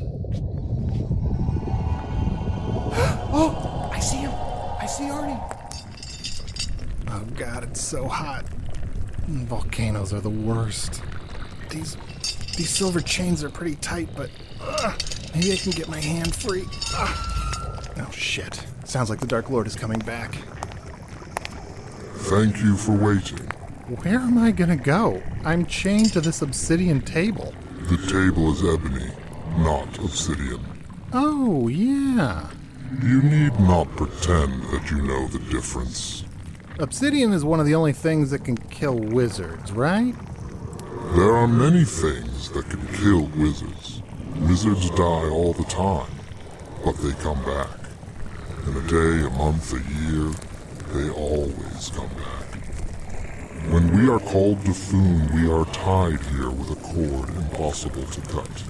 Speaker 4: Oh, I see him. I see Arnie. Oh god, it's so hot. Volcanoes are the worst. These these silver chains are pretty tight, but uh, maybe I can get my hand free. Ah. Oh shit! Sounds like the Dark Lord is coming back.
Speaker 22: Thank you for waiting.
Speaker 4: Where am I gonna go? I'm chained to this obsidian table.
Speaker 22: The table is ebony, not obsidian.
Speaker 4: Oh yeah.
Speaker 22: You need not pretend that you know the difference.
Speaker 4: Obsidian is one of the only things that can kill wizards, right?
Speaker 22: There are many things that can kill wizards. Wizards die all the time, but they come back. In a day, a month, a year, they always come back. When we are called to Foon, we are tied here with a cord impossible to cut.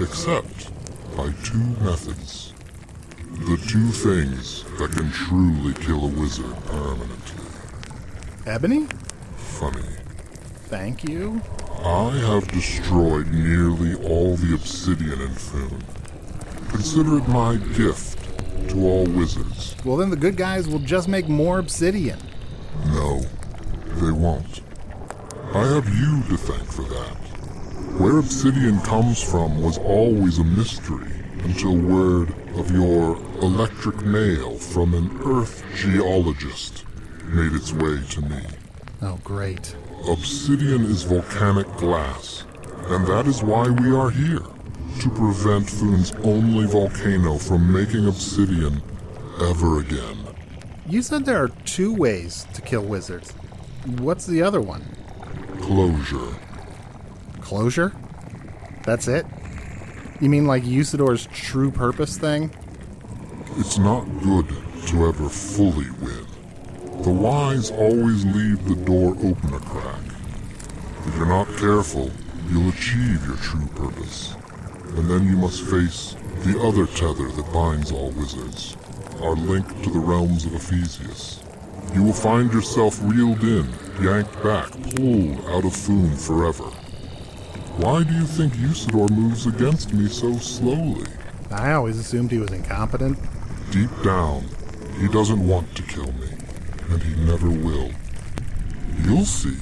Speaker 22: Except by two methods. The two things that can truly kill a wizard permanently.
Speaker 4: Ebony?
Speaker 22: Funny.
Speaker 4: Thank you.
Speaker 22: I have destroyed nearly all the obsidian in Foon. Consider it my gift to all wizards.
Speaker 4: Well, then the good guys will just make more obsidian.
Speaker 22: No, they won't. I have you to thank for that. Where obsidian comes from was always a mystery until word of your electric nail from an earth geologist made its way to me.
Speaker 4: Oh, great.
Speaker 22: Obsidian is volcanic glass, and that is why we are here to prevent Foon's only volcano from making obsidian ever again.
Speaker 4: You said there are two ways to kill wizards. What's the other one?
Speaker 22: Closure.
Speaker 4: Closure? That's it? You mean like Usador's true purpose thing?
Speaker 22: It's not good to ever fully win. The wise always leave the door open a crack. If you're not careful, you'll achieve your true purpose. And then you must face the other tether that binds all wizards, our link to the realms of Ephesius. You will find yourself reeled in, yanked back, pulled out of Foon forever. Why do you think Usador moves against me so slowly?
Speaker 4: I always assumed he was incompetent.
Speaker 22: Deep down, he doesn't want to kill me, and he never will. You'll see.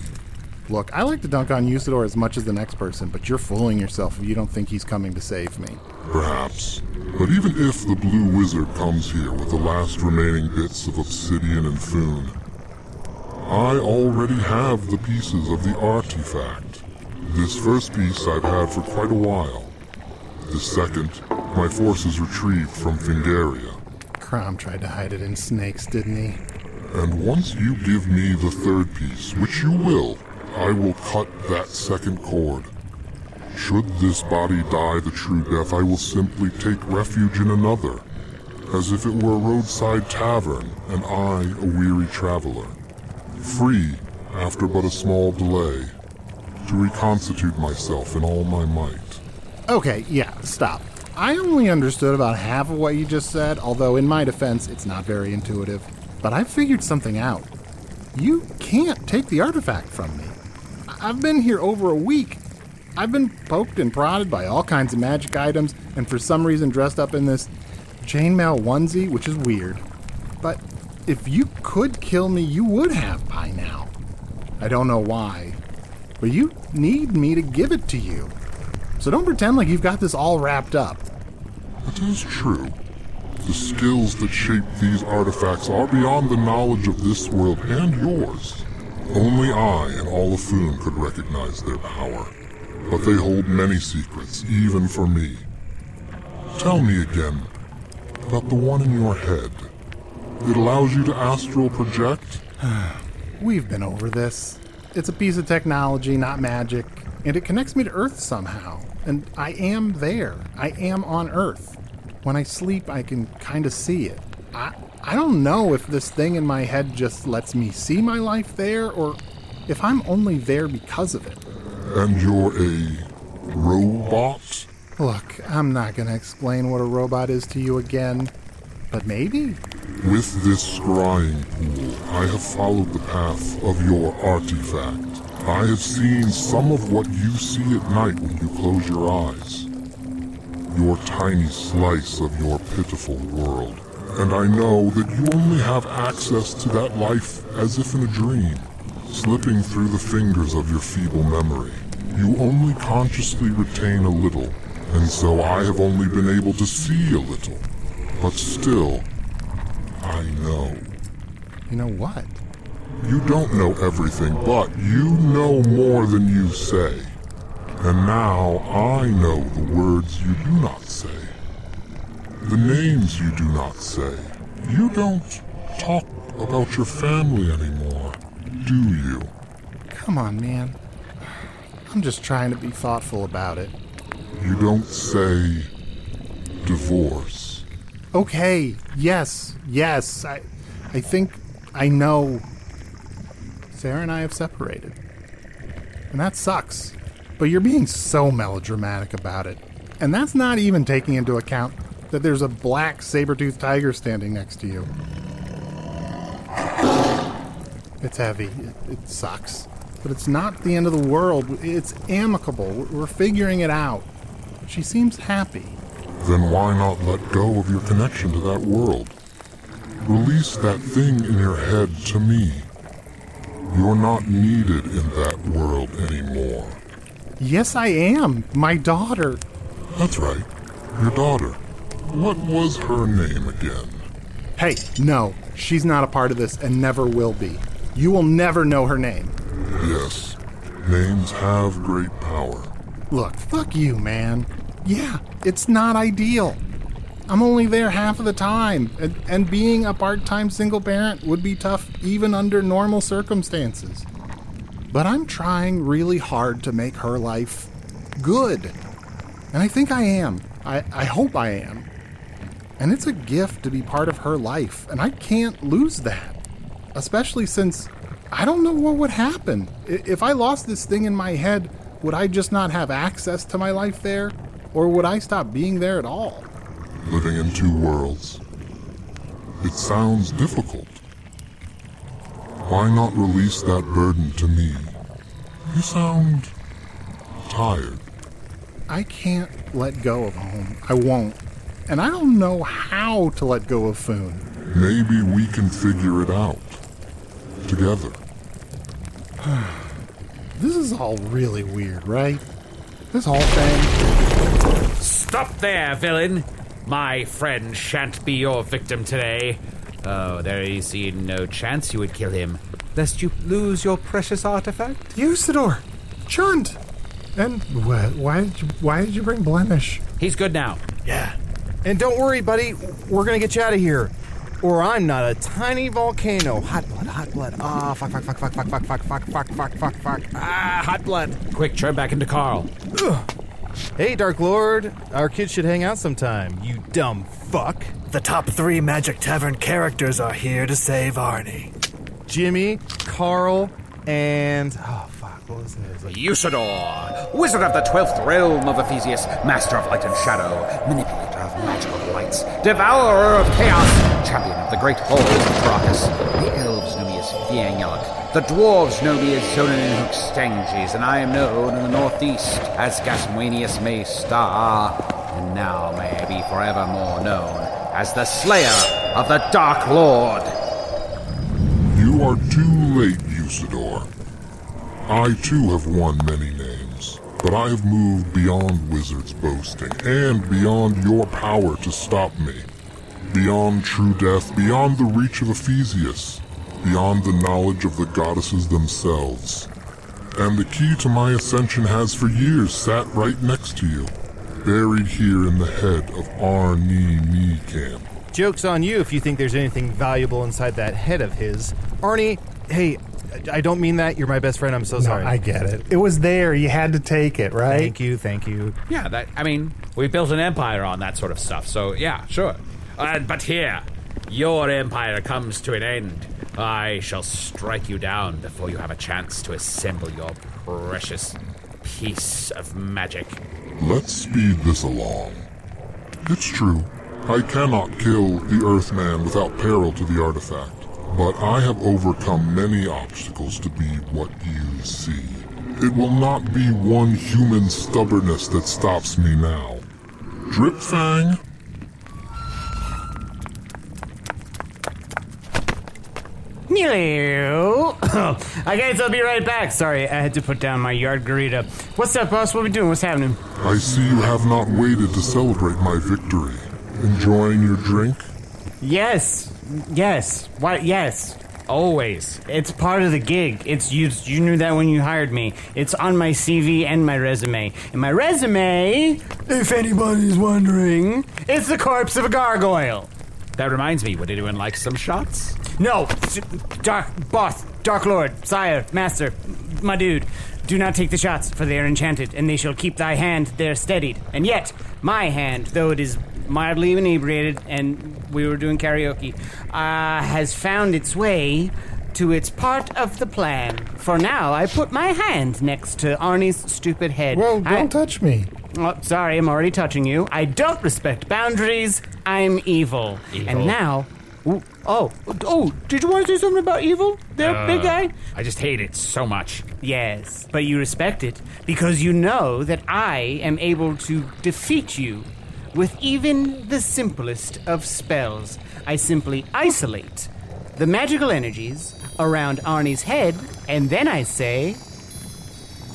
Speaker 4: Look, I like to dunk on Usador as much as the next person, but you're fooling yourself if you don't think he's coming to save me.
Speaker 22: Perhaps. But even if the Blue Wizard comes here with the last remaining bits of obsidian and foon, I already have the pieces of the artifact. This first piece I've had for quite a while. The second, my forces retrieved from Fingaria.
Speaker 4: Crom tried to hide it in snakes, didn't he?
Speaker 22: And once you give me the third piece, which you will, I will cut that second cord. Should this body die the true death, I will simply take refuge in another, as if it were a roadside tavern and I a weary traveler. Free, after but a small delay, to reconstitute myself in all my might.
Speaker 4: Okay, yeah, stop. I only understood about half of what you just said, although in my defense, it's not very intuitive. But I figured something out. You can't take the artifact from me. I- I've been here over a week. I've been poked and prodded by all kinds of magic items, and for some reason dressed up in this chainmail onesie, which is weird. But if you could kill me, you would have by now. I don't know why, but you need me to give it to you. So don't pretend like you've got this all wrapped up.
Speaker 22: It is true. The skills that shape these artifacts are beyond the knowledge of this world and yours. Only I and all of Foon could recognize their power, but they hold many secrets, even for me. Tell me again about the one in your head. It allows you to astral project?
Speaker 4: We've been over this. It's a piece of technology, not magic, and it connects me to Earth somehow. And I am there. I am on Earth. When I sleep, I can kind of see it. I, I don't know if this thing in my head just lets me see my life there, or if I'm only there because of it.
Speaker 22: And you're a robot?
Speaker 4: Look, I'm not going to explain what a robot is to you again, but maybe.
Speaker 22: With this scrying pool, I have followed the path of your artifact. I have seen some of what you see at night when you close your eyes. Your tiny slice of your pitiful world. And I know that you only have access to that life as if in a dream, slipping through the fingers of your feeble memory. You only consciously retain a little, and so I have only been able to see a little. But still, I know.
Speaker 4: You know what?
Speaker 22: You don't know everything, but you know more than you say. And now I know the words you do not say, the names you do not say. You don't talk about your family anymore, do you?
Speaker 4: Come on, man. I'm just trying to be thoughtful about it.
Speaker 22: You don't say divorce.
Speaker 4: Okay, yes, yes. I, I think I know. Sarah and I have separated. And that sucks. But you're being so melodramatic about it. And that's not even taking into account that there's a black saber toothed tiger standing next to you. It's heavy. It, it sucks. But it's not the end of the world. It's amicable. We're- We're figuring it out. She seems happy.
Speaker 22: Then why not let go of your connection to that world? Release that thing in your head to me. You're not needed in that world anymore.
Speaker 4: Yes, I am. My daughter.
Speaker 22: That's right. Your daughter. What was her name again?
Speaker 4: Hey, no. She's not a part of this and never will be. You will never know her name.
Speaker 22: Yes, names have great power.
Speaker 4: Look, fuck you, man. Yeah, it's not ideal. I'm only there half of the time, and, and being a part time single parent would be tough even under normal circumstances. But I'm trying really hard to make her life good. And I think I am. I, I hope I am. And it's a gift to be part of her life, and I can't lose that. Especially since I don't know what would happen. I- If I lost this thing in my head, would I just not have access to my life there? Or would I stop being there at all?
Speaker 22: Living in two worlds. It sounds difficult. Why not release that burden to me? You sound tired.
Speaker 4: I can't let go of home. I won't. And I don't know how to let go of Foon.
Speaker 22: Maybe we can figure it out. Together.
Speaker 4: this is all really weird, right? This whole thing.
Speaker 6: Stop there, villain! My friend shan't be your victim today. Oh, there you see no chance you would kill him, lest you lose your precious artifact.
Speaker 4: Usador! Chunt! And what? Why did you? Why did you bring Blemish?
Speaker 6: He's good now.
Speaker 5: Yeah. And don't worry, buddy. We're gonna get you out of here. Or I'm not a tiny volcano. Hot blood, hot blood. Ah, fuck, fuck, fuck, fuck, fuck, fuck, fuck, fuck, fuck, fuck, fuck, fuck. Ah, hot blood.
Speaker 6: Quick, turn back into Carl.
Speaker 5: Hey, Dark Lord. Our kids should hang out sometime. You dumb fuck.
Speaker 7: The top three Magic Tavern characters are here to save Arnie.
Speaker 5: Jimmy, Carl, and oh fuck, what was it?
Speaker 6: Usador, wizard of the twelfth realm of Ephesius, master of light and shadow, manipulator of magical
Speaker 18: fights, devourer of chaos, champion of the great halls of Caracas. The elves know me as Fiangyalak, the dwarves know me as Zonin and Hookstanges, and I am known in the northeast as Gaswanius Maystar. And now may I be forevermore known as the Slayer of the Dark Lord.
Speaker 22: You are too late, Usador. I too have won many names, but I have moved beyond wizards' boasting and beyond your power to stop me. Beyond true death, beyond the reach of Ephesius, beyond the knowledge of the goddesses themselves. And the key to my ascension has for years sat right next to you, buried here in the head of Arni Ni Camp.
Speaker 5: Joke's on you if you think there's anything valuable inside that head of his. Arnie, hey, I I don't mean that. You're my best friend. I'm so sorry.
Speaker 4: I get it. It was there. You had to take it, right?
Speaker 5: Thank you, thank you.
Speaker 6: Yeah, that I mean, we built an empire on that sort of stuff. So yeah, sure. Uh, but here, your empire comes to an end. I shall strike you down before you have a chance to assemble your precious piece of magic.
Speaker 22: Let's speed this along. It's true, I cannot kill the Earthman without peril to the artifact, but I have overcome many obstacles to be what you see. It will not be one human stubbornness that stops me now. Dripfang,
Speaker 9: Hello. I guess I'll be right back. Sorry, I had to put down my yard garita. What's up, boss? What we doing? What's happening?
Speaker 22: I see you have not waited to celebrate my victory. Enjoying your drink?
Speaker 9: Yes. Yes. Why? Yes. Always. It's part of the gig. It's you. You knew that when you hired me. It's on my CV and my resume. And my resume, if anybody's wondering, it's the corpse of a gargoyle.
Speaker 6: That reminds me, would anyone like some shots?
Speaker 9: No, s- Dark Boss, Dark Lord, Sire, Master, my dude. Do not take the shots, for they are enchanted, and they shall keep thy hand there steadied. And yet, my hand, though it is mildly inebriated, and we were doing karaoke, uh, has found its way to its part of the plan. For now, I put my hand next to Arnie's stupid head. Whoa,
Speaker 4: Don't touch me.
Speaker 9: Oh, sorry, I'm already touching you. I don't respect boundaries. I'm evil.
Speaker 6: Evil.
Speaker 9: And now. Ooh, oh, oh, did you want to say something about evil? There, big
Speaker 6: Uh,
Speaker 9: guy?
Speaker 6: I just hate it so much.
Speaker 9: Yes, but you respect it because you know that I am able to defeat you with even the simplest of spells. I simply isolate the magical energies around Arnie's head, and then I say,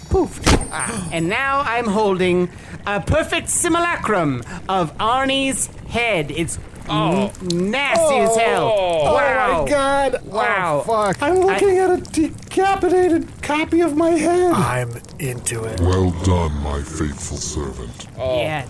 Speaker 9: poofed. Ah, and now I'm holding a perfect simulacrum of Arnie's head. It's
Speaker 4: Oh.
Speaker 9: n- nasty as hell.
Speaker 4: Oh,
Speaker 9: wow.
Speaker 4: my god.
Speaker 9: Wow.
Speaker 4: Oh, fuck. I'm looking at a decapitated copy of my head.
Speaker 7: I'm into it.
Speaker 22: Well done, my faithful servant.
Speaker 6: Oh.
Speaker 9: Yeah.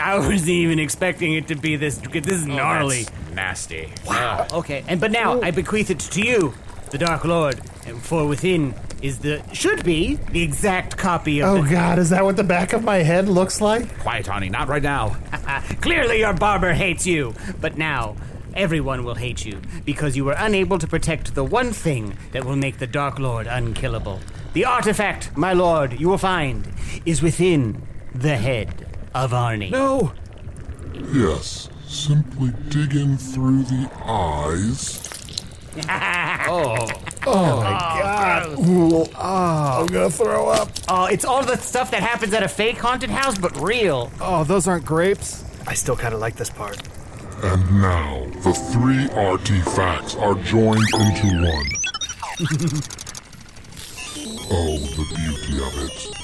Speaker 9: I wasn't even expecting it to be this. This
Speaker 6: Oh,
Speaker 9: is gnarly.
Speaker 6: nasty.
Speaker 9: Wow. Okay, and but now I bequeath it to you, the Dark Lord, and for within is the should be the exact copy of.
Speaker 4: Oh
Speaker 9: the,
Speaker 4: god, is that what the back of my head looks like?
Speaker 6: Quiet, Arnie, not right now.
Speaker 9: Clearly, your barber hates you, but now everyone will hate you because you were unable to protect the one thing that will make the Dark Lord unkillable. The artifact, my lord, you will find is within the head of Arnie.
Speaker 6: No.
Speaker 22: Yes, simply dig in through the eyes. Ah.
Speaker 9: oh.
Speaker 4: Oh my god. Ooh,
Speaker 22: uh,
Speaker 4: ah. I'm gonna throw up.
Speaker 9: Oh, it's all the stuff that happens at a fake haunted house, but real.
Speaker 5: Oh, those aren't grapes.
Speaker 7: I still kind of like this part.
Speaker 22: And now, the three artifacts are joined into one. Oh, the beauty of it.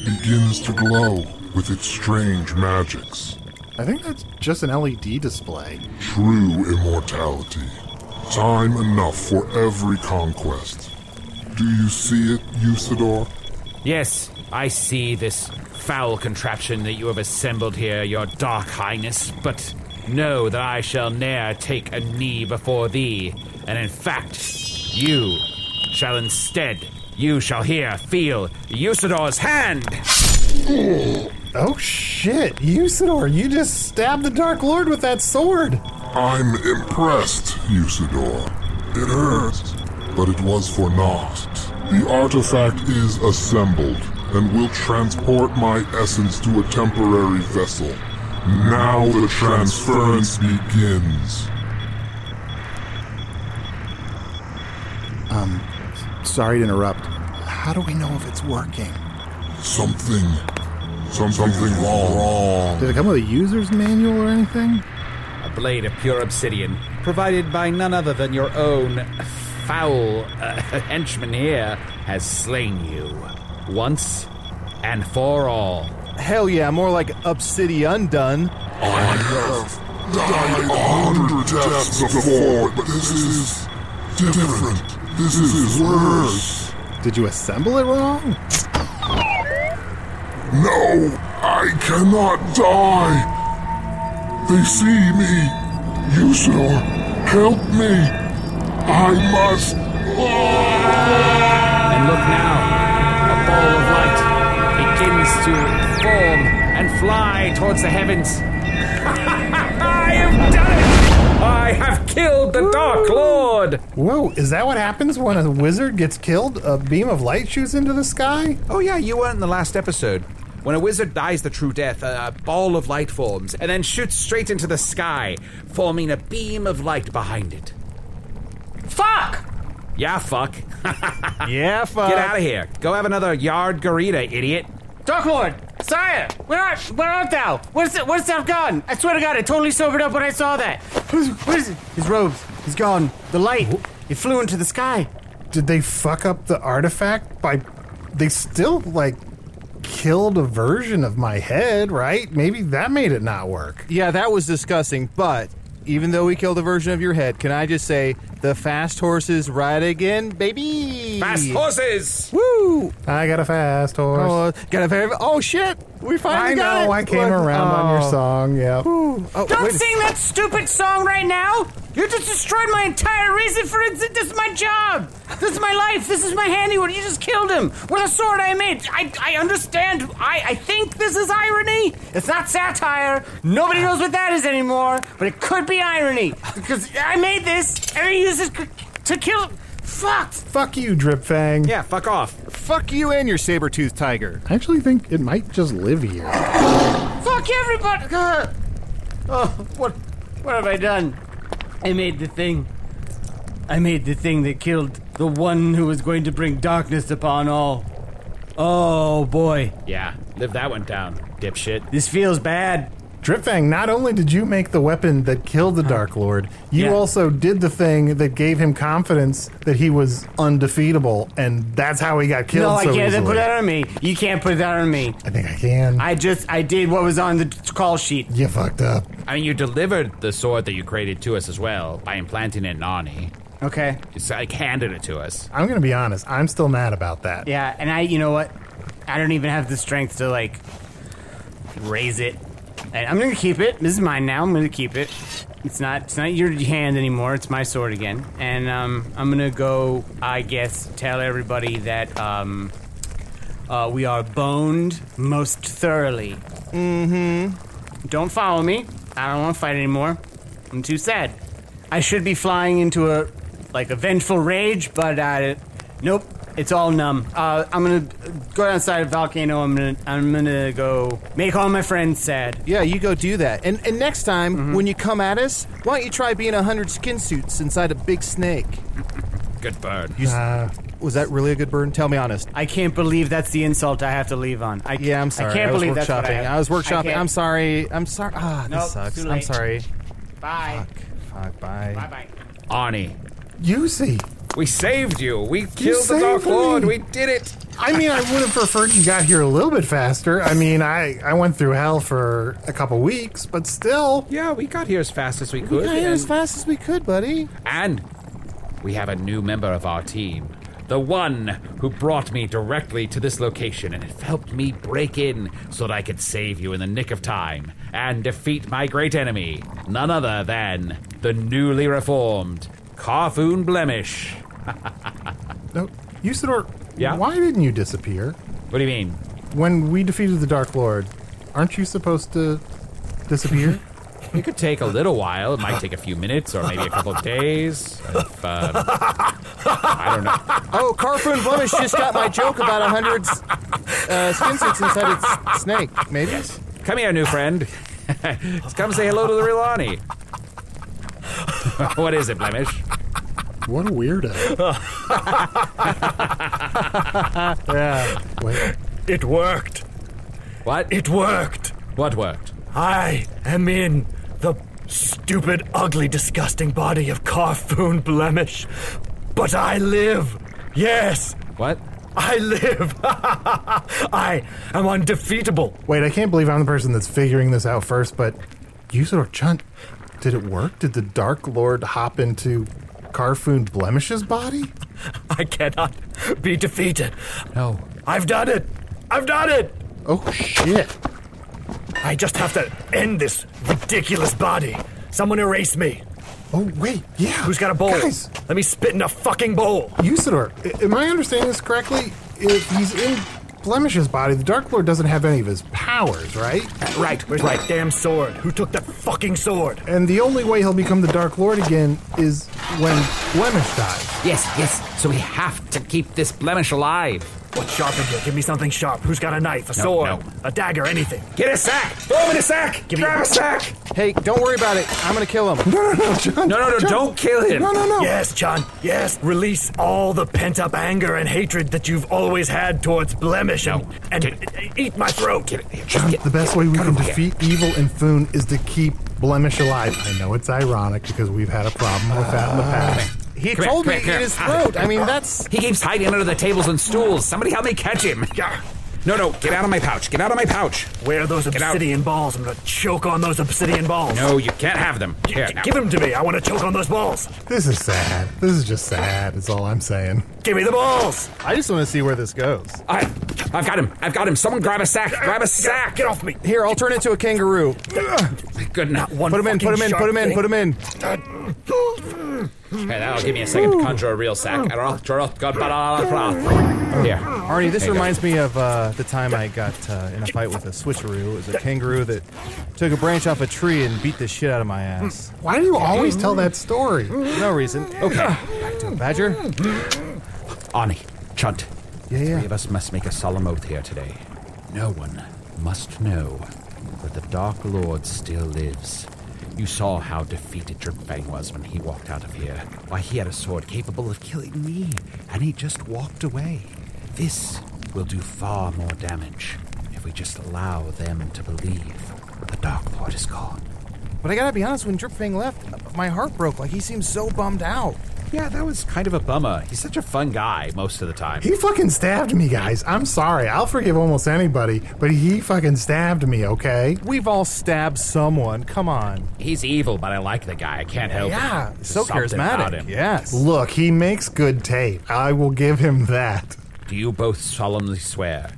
Speaker 22: It begins to glow with its strange magics.
Speaker 4: I think that's just an LED display.
Speaker 22: True immortality. Time enough for every conquest. Do you see it, Usador?
Speaker 6: Yes, I see this foul contraption that you have assembled here, your dark highness, but know that I shall ne'er take a knee before thee, and in fact, you shall instead, you shall hear, feel Usador's hand!
Speaker 4: Oh shit, Usador, you just stabbed the Dark Lord with that sword.
Speaker 22: I'm impressed, Usador. It hurts, but it was for naught. The artifact is assembled and will transport my essence to a temporary vessel. Now the transference begins.
Speaker 23: Um, s- sorry to interrupt. How do we know if it's working?
Speaker 22: Something. Something wrong.
Speaker 23: Did it come with a user's manual or anything?
Speaker 6: A blade of pure obsidian, provided by none other than your own foul uh, henchman here, has slain you once and for all.
Speaker 5: Hell yeah, more like obsidian done.
Speaker 22: Died a hundred deaths before, but this is different. This is worse.
Speaker 23: Did you assemble it wrong?
Speaker 22: No, I cannot die. They see me. Usador, help me. I must.
Speaker 6: And look now, a ball of light begins to form and fly towards the heavens. I have done it! I have killed the Dark Lord!
Speaker 4: Whoa, is that what happens when a wizard gets killed? A beam of light shoots into the sky?
Speaker 6: Oh, yeah, you weren't in the last episode. When a wizard dies the true death, a ball of light forms and then shoots straight into the sky, forming a beam of light behind it.
Speaker 9: Fuck!
Speaker 6: Yeah, fuck.
Speaker 5: yeah, fuck.
Speaker 6: Get out of here. Go have another yard garita, idiot.
Speaker 9: Dark Lord! Sire! Where art, where art thou? Where's, the, where's thou gone? I swear to God, I totally sobered up when I saw that. Who's, what is it? His robes. He's gone. The light. It flew into the sky.
Speaker 4: Did they fuck up the artifact by. They still, like, killed a version of my head, right? Maybe that made it not work.
Speaker 5: Yeah, that was disgusting, but even though we killed a version of your head, can I just say the fast horses ride again, baby?
Speaker 6: Fast horses!
Speaker 5: Woo!
Speaker 4: I got a fast
Speaker 5: Oh,
Speaker 4: horse.
Speaker 5: got a very oh shit! We finally
Speaker 4: I
Speaker 5: got
Speaker 4: know,
Speaker 5: it.
Speaker 4: I came
Speaker 5: Look-
Speaker 4: around on
Speaker 5: oh.
Speaker 4: your song, yeah.
Speaker 9: Don't sing that stupid song right now! You just destroyed my entire reason for it. This is my job. This is my life. This is my handiwork. You just killed him with a sword I made. I, I understand. I, I think this is irony. It's not satire. Nobody knows what that is anymore, but it could be irony because I made this and I used it c- to kill. Fuck!
Speaker 4: Fuck you, Drip Fang.
Speaker 6: Yeah, fuck off.
Speaker 5: Fuck you and your saber toothed tiger.
Speaker 23: I actually think it might just live here.
Speaker 9: Fuck everybody! Ugh. Oh, what, what have I done? I made the thing. I made the thing that killed the one who was going to bring darkness upon all. Oh boy,
Speaker 6: Yeah, live that one down, dipshit.
Speaker 9: this feels bad.
Speaker 4: Dripfang, not only did you make the weapon that killed the Dark Lord, you
Speaker 9: Yeah.
Speaker 4: also did the thing that gave him confidence that he was undefeatable, and that's how he got killed
Speaker 9: no,
Speaker 4: so
Speaker 9: I can't
Speaker 4: easily.
Speaker 9: put that on me. You can't put that on me. I
Speaker 4: think I can.
Speaker 9: I just I did what was on the t- call sheet.
Speaker 4: You fucked up.
Speaker 6: I mean, you delivered the sword that you created to us as well by implanting it in Nani.
Speaker 9: Okay.
Speaker 6: It's like handed it to us.
Speaker 4: I'm gonna be honest. I'm still mad about that.
Speaker 9: Yeah, and I, you know what? I don't even have the strength to like raise it. And I'm gonna keep it. This is mine now. I'm gonna keep it. It's not. It's not your hand anymore. It's my sword again. And um, I'm gonna go. I guess tell everybody that um, uh, we are boned most thoroughly. Mm-hmm. Don't follow me. I don't want to fight anymore. I'm too sad. I should be flying into a like a vengeful rage, but uh, nope. It's all numb. Uh, I'm gonna go outside of volcano. I'm gonna I'm gonna go make all my friends sad.
Speaker 5: Yeah, you go do that. And and next time when you come at us, why don't you try being a hundred skin suits inside a big snake?
Speaker 6: Good bird.
Speaker 5: You s-
Speaker 9: Ah,
Speaker 5: was that really a good burn? Tell me honest.
Speaker 9: Uh, I can't believe that's the insult I have to leave on. I,
Speaker 5: yeah, I'm sorry.
Speaker 9: I can't
Speaker 5: was
Speaker 9: believe that's what I,
Speaker 5: workshopping.
Speaker 9: have.
Speaker 5: I was
Speaker 9: I
Speaker 5: workshopping.
Speaker 9: can't.
Speaker 5: I'm sorry. I'm sorry. Ah,
Speaker 9: Nope,
Speaker 5: this sucks.
Speaker 9: too
Speaker 5: I'm
Speaker 9: late.
Speaker 5: sorry.
Speaker 9: Bye.
Speaker 5: Fuck, bye.
Speaker 9: Bye. Bye.
Speaker 6: Arnie.
Speaker 4: You see.
Speaker 6: We saved you. We killed the
Speaker 4: saved
Speaker 6: Dark Lord.
Speaker 4: me.
Speaker 6: We did it.
Speaker 4: I mean, I would have preferred you got here a little bit faster. I mean, I I went through hell for a couple weeks, but still.
Speaker 6: Yeah, we got here as fast as we could.
Speaker 5: Yeah, as
Speaker 6: and-
Speaker 5: fast as we could, buddy.
Speaker 6: And we have a new member of our team. The one who brought me directly to this location and helped me break in so that I could save you in the nick of time and defeat my great enemy. None other than the newly reformed Carfoon Blemish.
Speaker 4: No, Usador.
Speaker 6: Yeah?
Speaker 4: Why didn't you disappear
Speaker 6: What do you mean?
Speaker 4: when we defeated the Dark Lord? Aren't you supposed to disappear?
Speaker 6: It could take a little while. It might take a few minutes or maybe a couple of days. If, uh, I don't know.
Speaker 5: Oh, Carfoon Blemish just got my joke about a hundred uh, skin suits inside its snake. Maybe.
Speaker 6: Come here, new friend. Come say hello to the real Ani. what is it, Blemish?
Speaker 4: What a weirdo.
Speaker 6: yeah.
Speaker 7: It worked.
Speaker 6: What?
Speaker 7: It worked.
Speaker 6: What worked?
Speaker 7: I am in the stupid, ugly, disgusting body of Carfoon Blemish. But I live. Yes.
Speaker 6: What?
Speaker 7: I live. I am undefeatable.
Speaker 4: Wait, I can't believe I'm the person that's figuring this out first, but Usador Chunt, did it work? Did the Dark Lord hop into Carfoon Blemish's body?
Speaker 7: I cannot be defeated.
Speaker 6: No.
Speaker 7: I've done it. I've done it.
Speaker 4: Oh, shit.
Speaker 7: I just have to end this ridiculous body. Someone erase me.
Speaker 4: Oh, wait, yeah. Who's
Speaker 7: got a bowl? Let me spit in a fucking bowl.
Speaker 4: Usador, i- am I understanding this correctly? If he's in Blemish's body, the Dark Lord doesn't have any of his powers, right?
Speaker 7: Right, where's that damn sword? Who took that fucking sword?
Speaker 4: And the only way he'll become the Dark Lord again is when Blemish dies.
Speaker 6: Yes, yes. So we have to keep this blemish alive.
Speaker 7: What sharpened you? Give me something sharp. Who's got a knife, a
Speaker 6: No,
Speaker 7: sword,
Speaker 6: no.
Speaker 7: a dagger, anything?
Speaker 6: Get a sack.
Speaker 7: Throw him in a sack. Give me
Speaker 5: Grab a sack. Hey, don't worry about it. I'm gonna kill him.
Speaker 4: No, no, no, John.
Speaker 7: No, no, no,
Speaker 5: don't kill him. No, no, no.
Speaker 7: Yes, John. Yes, release all the pent up anger and hatred that you've always had towards Blemish and, and e-, eat my throat.
Speaker 4: John, the best way we can defeat evil and Foon is to keep Blemish alive. I know it's ironic because we've had a problem with that in the past.
Speaker 5: He
Speaker 6: Come here,
Speaker 5: told
Speaker 6: come
Speaker 5: me
Speaker 6: here,
Speaker 5: eat
Speaker 6: come
Speaker 5: his
Speaker 6: here.
Speaker 5: throat. I mean, that's.
Speaker 6: He keeps hiding under the tables and stools. Somebody help me catch him. No, no, get out of my pouch. Get out of my pouch.
Speaker 7: Where are those
Speaker 6: Get out.
Speaker 7: obsidian balls? I'm gonna choke on those obsidian balls.
Speaker 6: No, you can't have them. Here, now.
Speaker 7: Give them to me. I want to choke on those balls.
Speaker 4: This is sad. This is just sad, is all I'm saying.
Speaker 7: Give me the balls.
Speaker 5: I just want to see where this goes.
Speaker 6: I, I've got him. I've got him. Someone grab a sack. Grab a sack.
Speaker 7: Get off me.
Speaker 5: Here, I'll turn into a kangaroo.
Speaker 6: Good enough.
Speaker 7: One
Speaker 5: put him in, put him in, put him in, put him in.
Speaker 6: Okay, that'll give me a second to conjure a real sack.
Speaker 5: Oh.
Speaker 6: Here.
Speaker 5: Arnie, this
Speaker 6: There you go.
Speaker 5: reminds me of uh, the time I got uh, in a fight with a switcheroo. It was a kangaroo that took a branch off a tree and beat the shit out of my ass.
Speaker 4: Why do you always tell that story?
Speaker 5: No reason. Okay, back to it. Badger.
Speaker 6: Ani, Chunt.
Speaker 5: Yeah, yeah.
Speaker 6: Three of us must make a solemn oath here today. No one must know that the Dark Lord still lives. You saw how defeated Dripfang was when he walked out of here. Why, he had a sword capable of killing me, and he just walked away. This will do far more damage if we just allow them to believe the Dark Lord is gone.
Speaker 5: But I gotta be honest, when Dripfang left, my heart broke. Like he seemed so bummed out.
Speaker 6: Yeah, that was kind of a bummer. He's such a fun guy most of the time.
Speaker 4: He fucking stabbed me, guys. I'm sorry. I'll forgive almost anybody, but he fucking stabbed me, okay?
Speaker 5: We've all stabbed someone. Come on.
Speaker 6: He's evil, but I like the guy. I can't help
Speaker 5: Yeah,
Speaker 6: it. There's
Speaker 5: so
Speaker 6: something
Speaker 5: charismatic.
Speaker 6: about him.
Speaker 5: Yes.
Speaker 4: Look, he makes good tape. I will give him that.
Speaker 6: Do you both solemnly swear?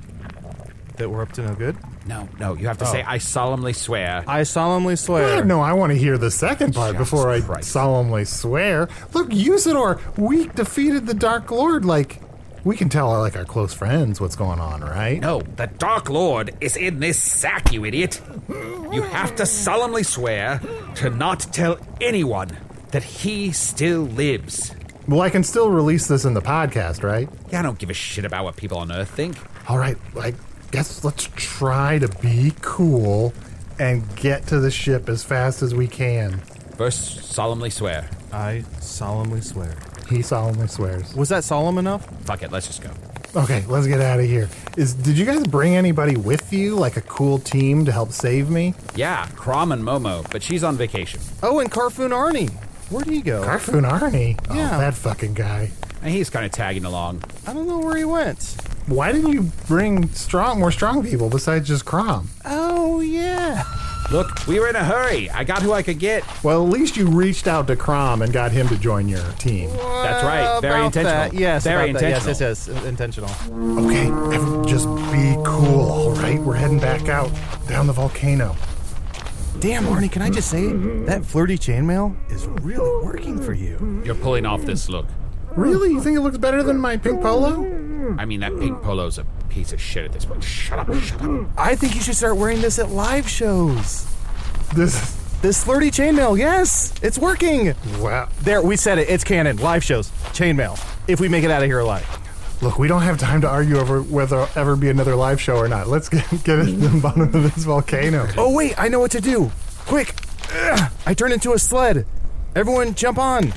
Speaker 5: That we're up to no good?
Speaker 6: No, no. You have to
Speaker 5: Oh.
Speaker 6: say, I solemnly swear.
Speaker 5: I solemnly swear.
Speaker 4: God, no, I want to hear the second part before I solemnly swear. Look, Usador, we defeated the Dark Lord. Like, we can tell like our close friends what's going on, right?
Speaker 6: No, the Dark Lord is in this sack, you idiot. You have to solemnly swear to not tell anyone that he still lives.
Speaker 4: Well, I can still release this in the podcast, right?
Speaker 6: Yeah, I don't give a shit about what people on Earth think.
Speaker 4: All right, I guess let's try to be cool and get to the ship as fast as we can.
Speaker 6: First, solemnly swear.
Speaker 5: I solemnly swear.
Speaker 4: He solemnly swears.
Speaker 5: Was that solemn enough?
Speaker 6: Fuck it, let's just go.
Speaker 4: Okay, let's get out of here. Is did you guys bring anybody with you, like a cool team to help save me?
Speaker 6: Yeah, Crom and Momo, but she's on vacation.
Speaker 5: Oh, and Carfoon Arnie. Where'd he go?
Speaker 4: Carfoon Arnie.
Speaker 5: Yeah.
Speaker 4: Oh, that fucking guy.
Speaker 6: And he's kind of tagging along.
Speaker 5: I don't know where he went.
Speaker 4: Why didn't you bring strong, more strong people besides just Crom?
Speaker 5: Oh, yeah.
Speaker 6: Look, we were in a hurry. I got who I could get.
Speaker 4: Well, at least you reached out to Crom and got him to join your team.
Speaker 6: That's right. Very
Speaker 5: About
Speaker 6: intentional.
Speaker 5: That. Yes,
Speaker 6: very
Speaker 5: about that.
Speaker 6: intentional.
Speaker 5: Yes, yes, yes. Intentional.
Speaker 4: Okay, ev- just be cool, all right? We're heading back out down the volcano.
Speaker 5: Damn, Arnie, can I just say that flirty chainmail is really working for you?
Speaker 6: You're pulling off this look.
Speaker 4: Really? You think it looks better than my pink polo?
Speaker 6: I mean, that pink polo's a piece of shit at this point. Shut up, shut up.
Speaker 5: I think you should start wearing this at live shows.
Speaker 4: This
Speaker 5: This flirty chainmail, yes, it's working.
Speaker 4: Wow.
Speaker 5: There, we said it. It's canon. Live shows, chainmail. If we make it out of here alive.
Speaker 4: Look, we don't have time to argue over whether there'll ever be another live show or not. Let's get, get at the bottom of this volcano.
Speaker 5: Oh, wait, I know what to do. Quick! Ugh, I turn into a sled. Everyone, jump on.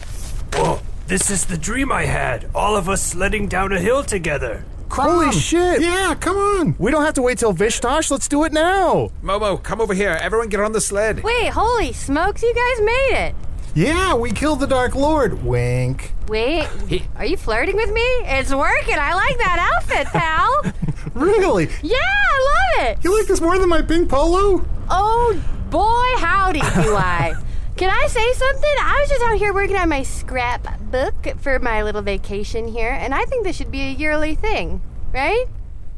Speaker 12: Whoa, Oh, this is the dream I had. All of us sledding down a hill together.
Speaker 5: Holy shit!
Speaker 4: Yeah, come on.
Speaker 5: We don't have to wait till Vishtosh. Let's do it now.
Speaker 6: Momo, come over here. Everyone get on the sled.
Speaker 8: Wait, holy smokes, you guys made it.
Speaker 4: Yeah, we killed the Dark Lord. Wink.
Speaker 8: Wait, are you flirting with me? It's working. I like that outfit, pal.
Speaker 4: Really?
Speaker 8: Yeah, I love it.
Speaker 4: You like this more than my pink polo?
Speaker 8: Oh, boy, howdy, do I. Can I say something? I was just out here working on my scrapbook for my little vacation here, and I think this should be a yearly thing, right?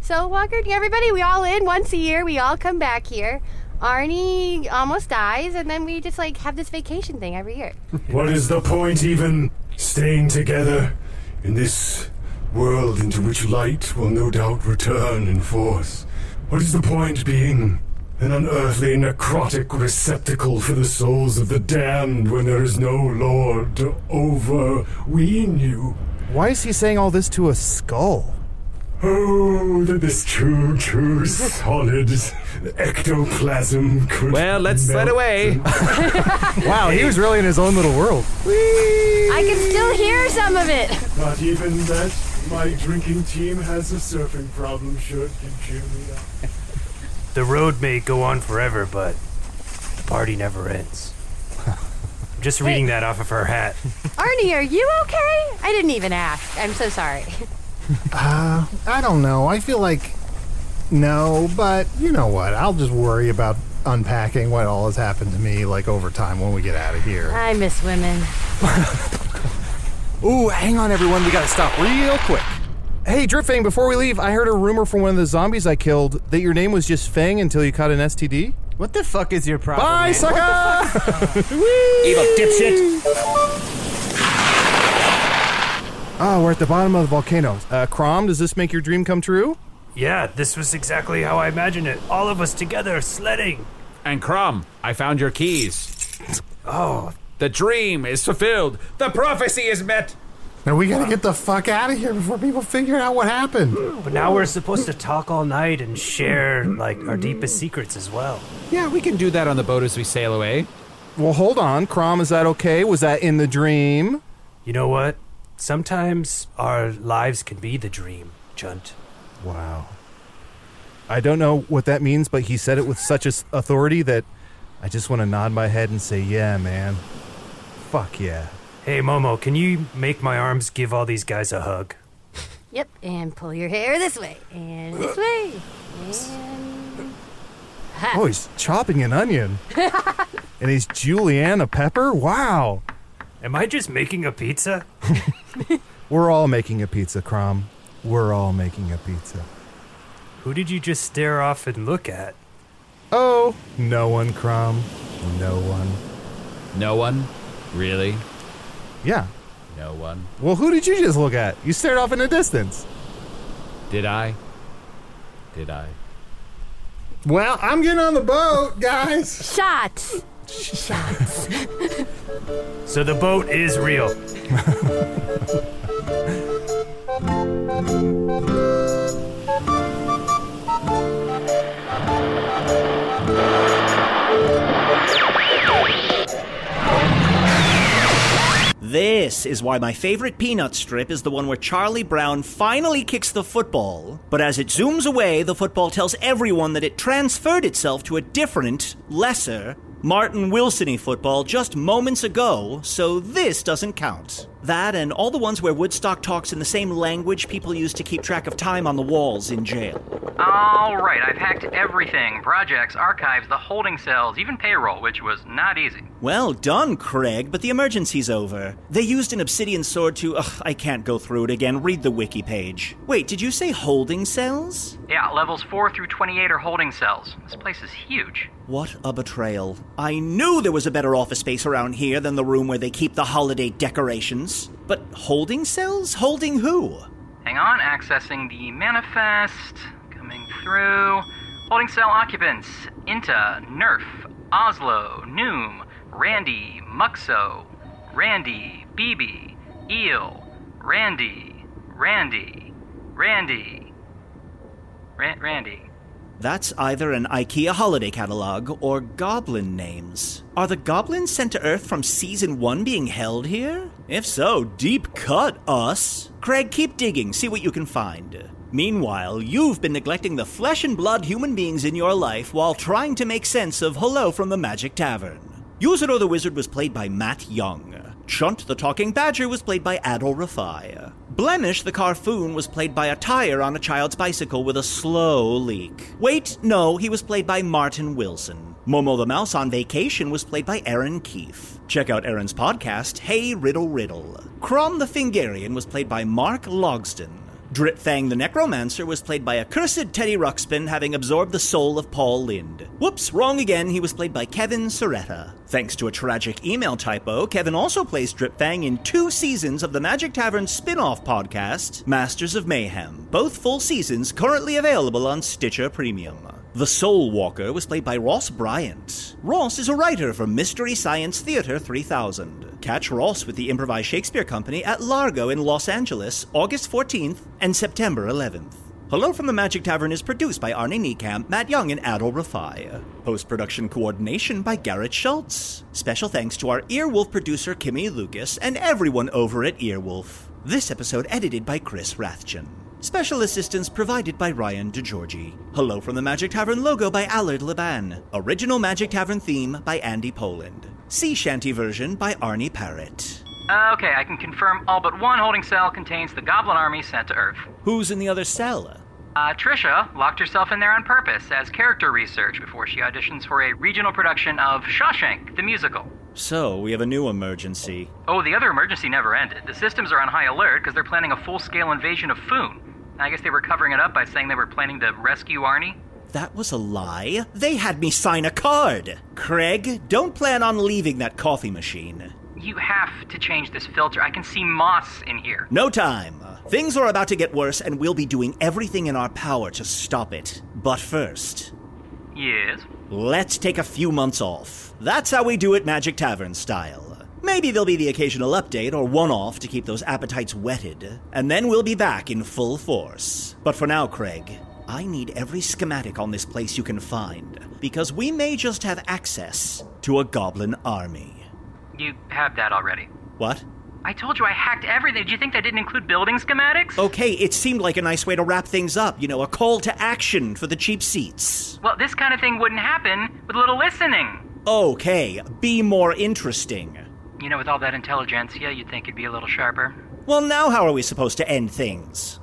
Speaker 8: So, Walker, everybody, we all in once a year. We all come back here. Arnie almost dies, and then we just like have this vacation thing every year.
Speaker 11: What is the point even staying together in this world into which light will no doubt return in force? What is the point being an unearthly necrotic receptacle for the souls of the damned when there is no lord to overween you?
Speaker 5: Why is he saying all this to a skull?
Speaker 11: Oh, that this true, true, solid ectoplasm could.
Speaker 6: Well, let's sled
Speaker 11: melt
Speaker 6: away.
Speaker 5: Wow, he was really in his own little world.
Speaker 8: I can still hear some of it.
Speaker 11: Not even that. My drinking team has a surfing problem shirt can cheer me up.
Speaker 12: The road may go on forever, but the party never ends. I'm just reading that off of her hat.
Speaker 8: Arnie, are you okay? I didn't even ask. I'm so sorry.
Speaker 4: Uh, I don't know. I feel like no, but you know what? I'll just worry about unpacking what all has happened to me like over time when we get out of here.
Speaker 8: I miss women.
Speaker 5: Ooh, hang on, everyone. We gotta stop real quick. Hey, Drifting, before we leave, I heard a rumor from one of the zombies I killed that your name was just Fang until you caught an STD.
Speaker 24: What the fuck is your problem?
Speaker 5: Bye,
Speaker 24: man?
Speaker 5: sucker!
Speaker 24: Evil dipshit.
Speaker 5: Oh, we're at the bottom of the volcano. Uh, Crom, does this make your dream come true?
Speaker 12: Yeah, this was exactly how I imagined it. All of us together sledding.
Speaker 6: And Crumb, I found your keys.
Speaker 12: Oh.
Speaker 6: The dream is fulfilled. The prophecy is met.
Speaker 4: Now we gotta get the fuck out of here before people figure out what happened.
Speaker 12: But now we're supposed to talk all night and share like our deepest secrets as well.
Speaker 6: Yeah, we can do that on the boat as we sail away.
Speaker 5: Well, hold on. Crom, is that okay? Was that in the dream?
Speaker 12: You know what? Sometimes our lives can be the dream, Junt.
Speaker 5: Wow. I don't know what that means, but he said it with such as- authority that I just want to nod my head and say, yeah, man. Fuck yeah.
Speaker 12: Hey, Momo, can you make my arms give all these guys a hug?
Speaker 8: Yep, and pull your hair this way, and this way, and. Ha.
Speaker 5: Oh, he's chopping an onion. and he's Juliana Pepper? Wow.
Speaker 12: Am I just making a pizza?
Speaker 5: We're all making a pizza, Crom. We're all making a pizza.
Speaker 12: Who did you just stare off and look at?
Speaker 5: Oh, no one, Crom. No one.
Speaker 6: No one? Really?
Speaker 5: Yeah.
Speaker 6: No one.
Speaker 5: Well, who did you just look at? You stared off in the distance.
Speaker 6: Did I? Did I?
Speaker 4: Well, I'm getting on the boat, guys.
Speaker 8: Shots. Shots.
Speaker 12: So the boat is real.
Speaker 2: This is why my favorite peanut strip is the one where Charlie Brown finally kicks the football, but as it zooms away, the football tells everyone that it transferred itself to a different, lesser, Martin Wilsony football just moments ago, so this doesn't count. That and all the ones where Woodstock talks in the same language people use to keep track of time on the walls in jail.
Speaker 3: All right, I've hacked everything projects, archives, the holding cells, even payroll, which was not easy.
Speaker 2: Well done, Craig, but the emergency's over. They used an obsidian sword to. Ugh, I can't go through it again. Read the wiki page. Wait, did you say holding cells?
Speaker 3: Yeah, levels 4 through 28 are holding cells. This place is huge.
Speaker 2: What a betrayal. I knew there was a better office space around here than the room where they keep the holiday decorations. But holding cells? Holding who?
Speaker 3: Hang on, accessing the manifest. Coming through. Holding cell occupants Inta, Nerf, Oslo, Noom, Randy, Muxo, Randy, BB, Eel, Randy, Randy, Randy. Ran- Randy.
Speaker 2: That's either an IKEA holiday catalog or goblin names. Are the goblins sent to Earth from season one being held here? If so, deep cut us. Craig, keep digging, see what you can find. Meanwhile, you've been neglecting the flesh and blood human beings in your life while trying to make sense of Hello from the Magic Tavern. Yuzuru the Wizard was played by Matt Young. Chunt the Talking Badger was played by Adol Rafai. Blemish the Carfoon was played by a tire on a child's bicycle with a slow leak. Wait, no, he was played by Martin Wilson. Momo the Mouse on Vacation was played by Aaron Keefe. Check out Aaron's podcast, Hey Riddle Riddle. Crom the Fingarian was played by Mark Logsdon. Dripfang the Necromancer was played by a cursed Teddy Ruxpin having absorbed the soul of Paul Lind. Whoops, wrong again, he was played by Kevin Soretta. Thanks to a tragic email typo, Kevin also plays Dripfang in two seasons of the Magic Tavern spin off podcast, Masters of Mayhem, both full seasons currently available on Stitcher Premium. The Soul Walker was played by Ross Bryant. Ross is a writer for Mystery Science Theater 3000. Catch Ross with the Improvised Shakespeare Company at Largo in Los Angeles, August 14th and September 11th. Hello from the Magic Tavern is produced by Arnie Niekamp, Matt Young, and Adol Rafai. Post production coordination by Garrett Schultz. Special thanks to our Earwolf producer Kimmy Lucas and everyone over at Earwolf. This episode edited by Chris Rathjen. Special assistance provided by Ryan DeGiorgi. Hello from the Magic Tavern logo by Allard Leban. Original Magic Tavern theme by Andy Poland. Sea Shanty version by Arnie Parrott.
Speaker 3: Uh, okay, I can confirm all but one holding cell contains the goblin army sent to Earth.
Speaker 2: Who's in the other cell?
Speaker 3: Uh, Trisha locked herself in there on purpose as character research before she auditions for a regional production of Shawshank, the musical.
Speaker 2: So, we have a new emergency.
Speaker 3: Oh, the other emergency never ended. The systems are on high alert because they're planning a full scale invasion of Foon. I guess they were covering it up by saying they were planning to rescue Arnie.
Speaker 2: That was a lie. They had me sign a card. Craig, don't plan on leaving that coffee machine.
Speaker 3: You have to change this filter. I can see moss in here.
Speaker 2: No time. Things are about to get worse, and we'll be doing everything in our power to stop it. But first,
Speaker 3: Yes.
Speaker 2: let's take a few months off. That's how we do it Magic Tavern style. Maybe there'll be the occasional update or one off to keep those appetites whetted, and then we'll be back in full force. But for now, Craig, I need every schematic on this place you can find, because we may just have access to a goblin army.
Speaker 3: You have that already.
Speaker 2: What?
Speaker 3: I told you I hacked everything. Did you think that didn't include building schematics?
Speaker 2: Okay, it seemed like a nice way to wrap things up, you know, a call to action for the cheap seats.
Speaker 3: Well, this kind of thing wouldn't happen with a little listening.
Speaker 2: Okay, be more interesting.
Speaker 3: You know, with all that intelligentsia, you'd think it'd be a little sharper.
Speaker 2: Well, now how are we supposed to end things?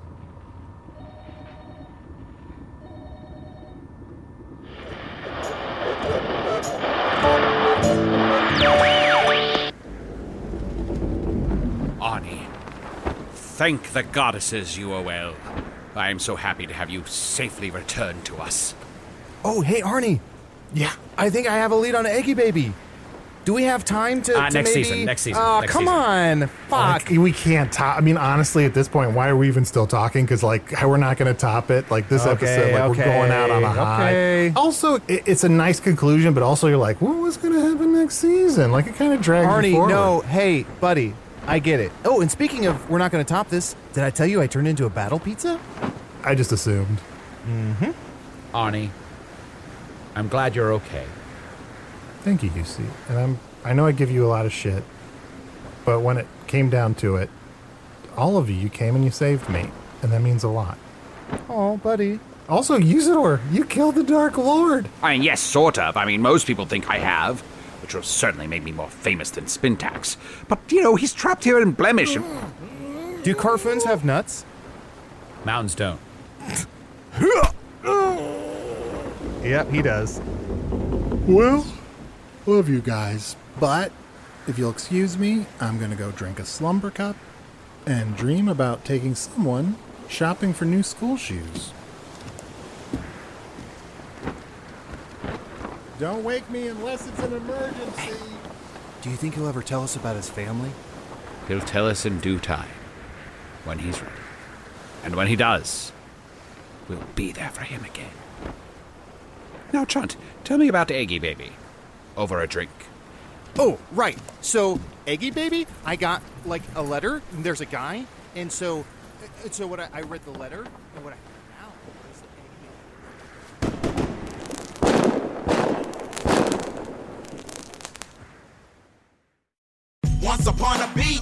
Speaker 18: Arnie, thank the goddesses you are well. I am so happy to have you safely returned to us.
Speaker 5: Oh, hey, Arnie. Yeah. I think I have a lead on Eggy Baby. Do we have time to,
Speaker 6: Uh,
Speaker 5: to
Speaker 6: next
Speaker 5: maybe-
Speaker 6: season, next season,
Speaker 5: Aw,
Speaker 6: next
Speaker 5: come
Speaker 6: season.
Speaker 5: on. Fuck.
Speaker 4: Like, we can't top. I mean, honestly, at this point, why are we even still talking? Because like, we're not going to top it. Like this
Speaker 5: Okay,
Speaker 4: episode, like we're going out on a
Speaker 5: okay,
Speaker 4: high.
Speaker 5: okay.
Speaker 4: Also, it, it's a nice conclusion, but also you're like, well, what's going to happen next season? Like it kind of drags. you
Speaker 5: Arnie,
Speaker 4: forward.
Speaker 5: no. Hey, buddy. I get it. Oh, and speaking of, we're not going to top this. Did I tell you I turned into a battle pizza?
Speaker 4: I just assumed.
Speaker 5: Mm-hmm.
Speaker 6: Arnie, I'm glad you're okay.
Speaker 4: Thank you, UC. And I'm. I know I give you a lot of shit, but when it came down to it, all of you, you came and you saved me, and that means a lot.
Speaker 5: Oh, buddy.
Speaker 4: Also, Usador, you killed the Dark Lord.
Speaker 18: I mean, yes, sort of. I mean, most people think I have, which will certainly make me more famous than Spintax. But, you know, he's trapped here in blemish.
Speaker 5: Do Carfoons have nuts?
Speaker 6: Mounds don't.
Speaker 5: Yep, he does.
Speaker 23: Well, love you guys, but if you'll excuse me, I'm going to go drink a slumber cup and dream about taking someone shopping for new school shoes. Don't wake me unless it's an emergency.
Speaker 24: Do you think he'll ever tell us about his family?
Speaker 18: He'll tell us in due time when he's ready. And when he does, we'll be there for him again. Now, Chunt, tell me about Eggy Baby. Over a drink.
Speaker 5: Oh, right. So, Eggy Baby, I got like a letter, and there's a guy, and so
Speaker 15: Uh, So what? I, I read the letter, and what I now is that
Speaker 16: Once upon a beat.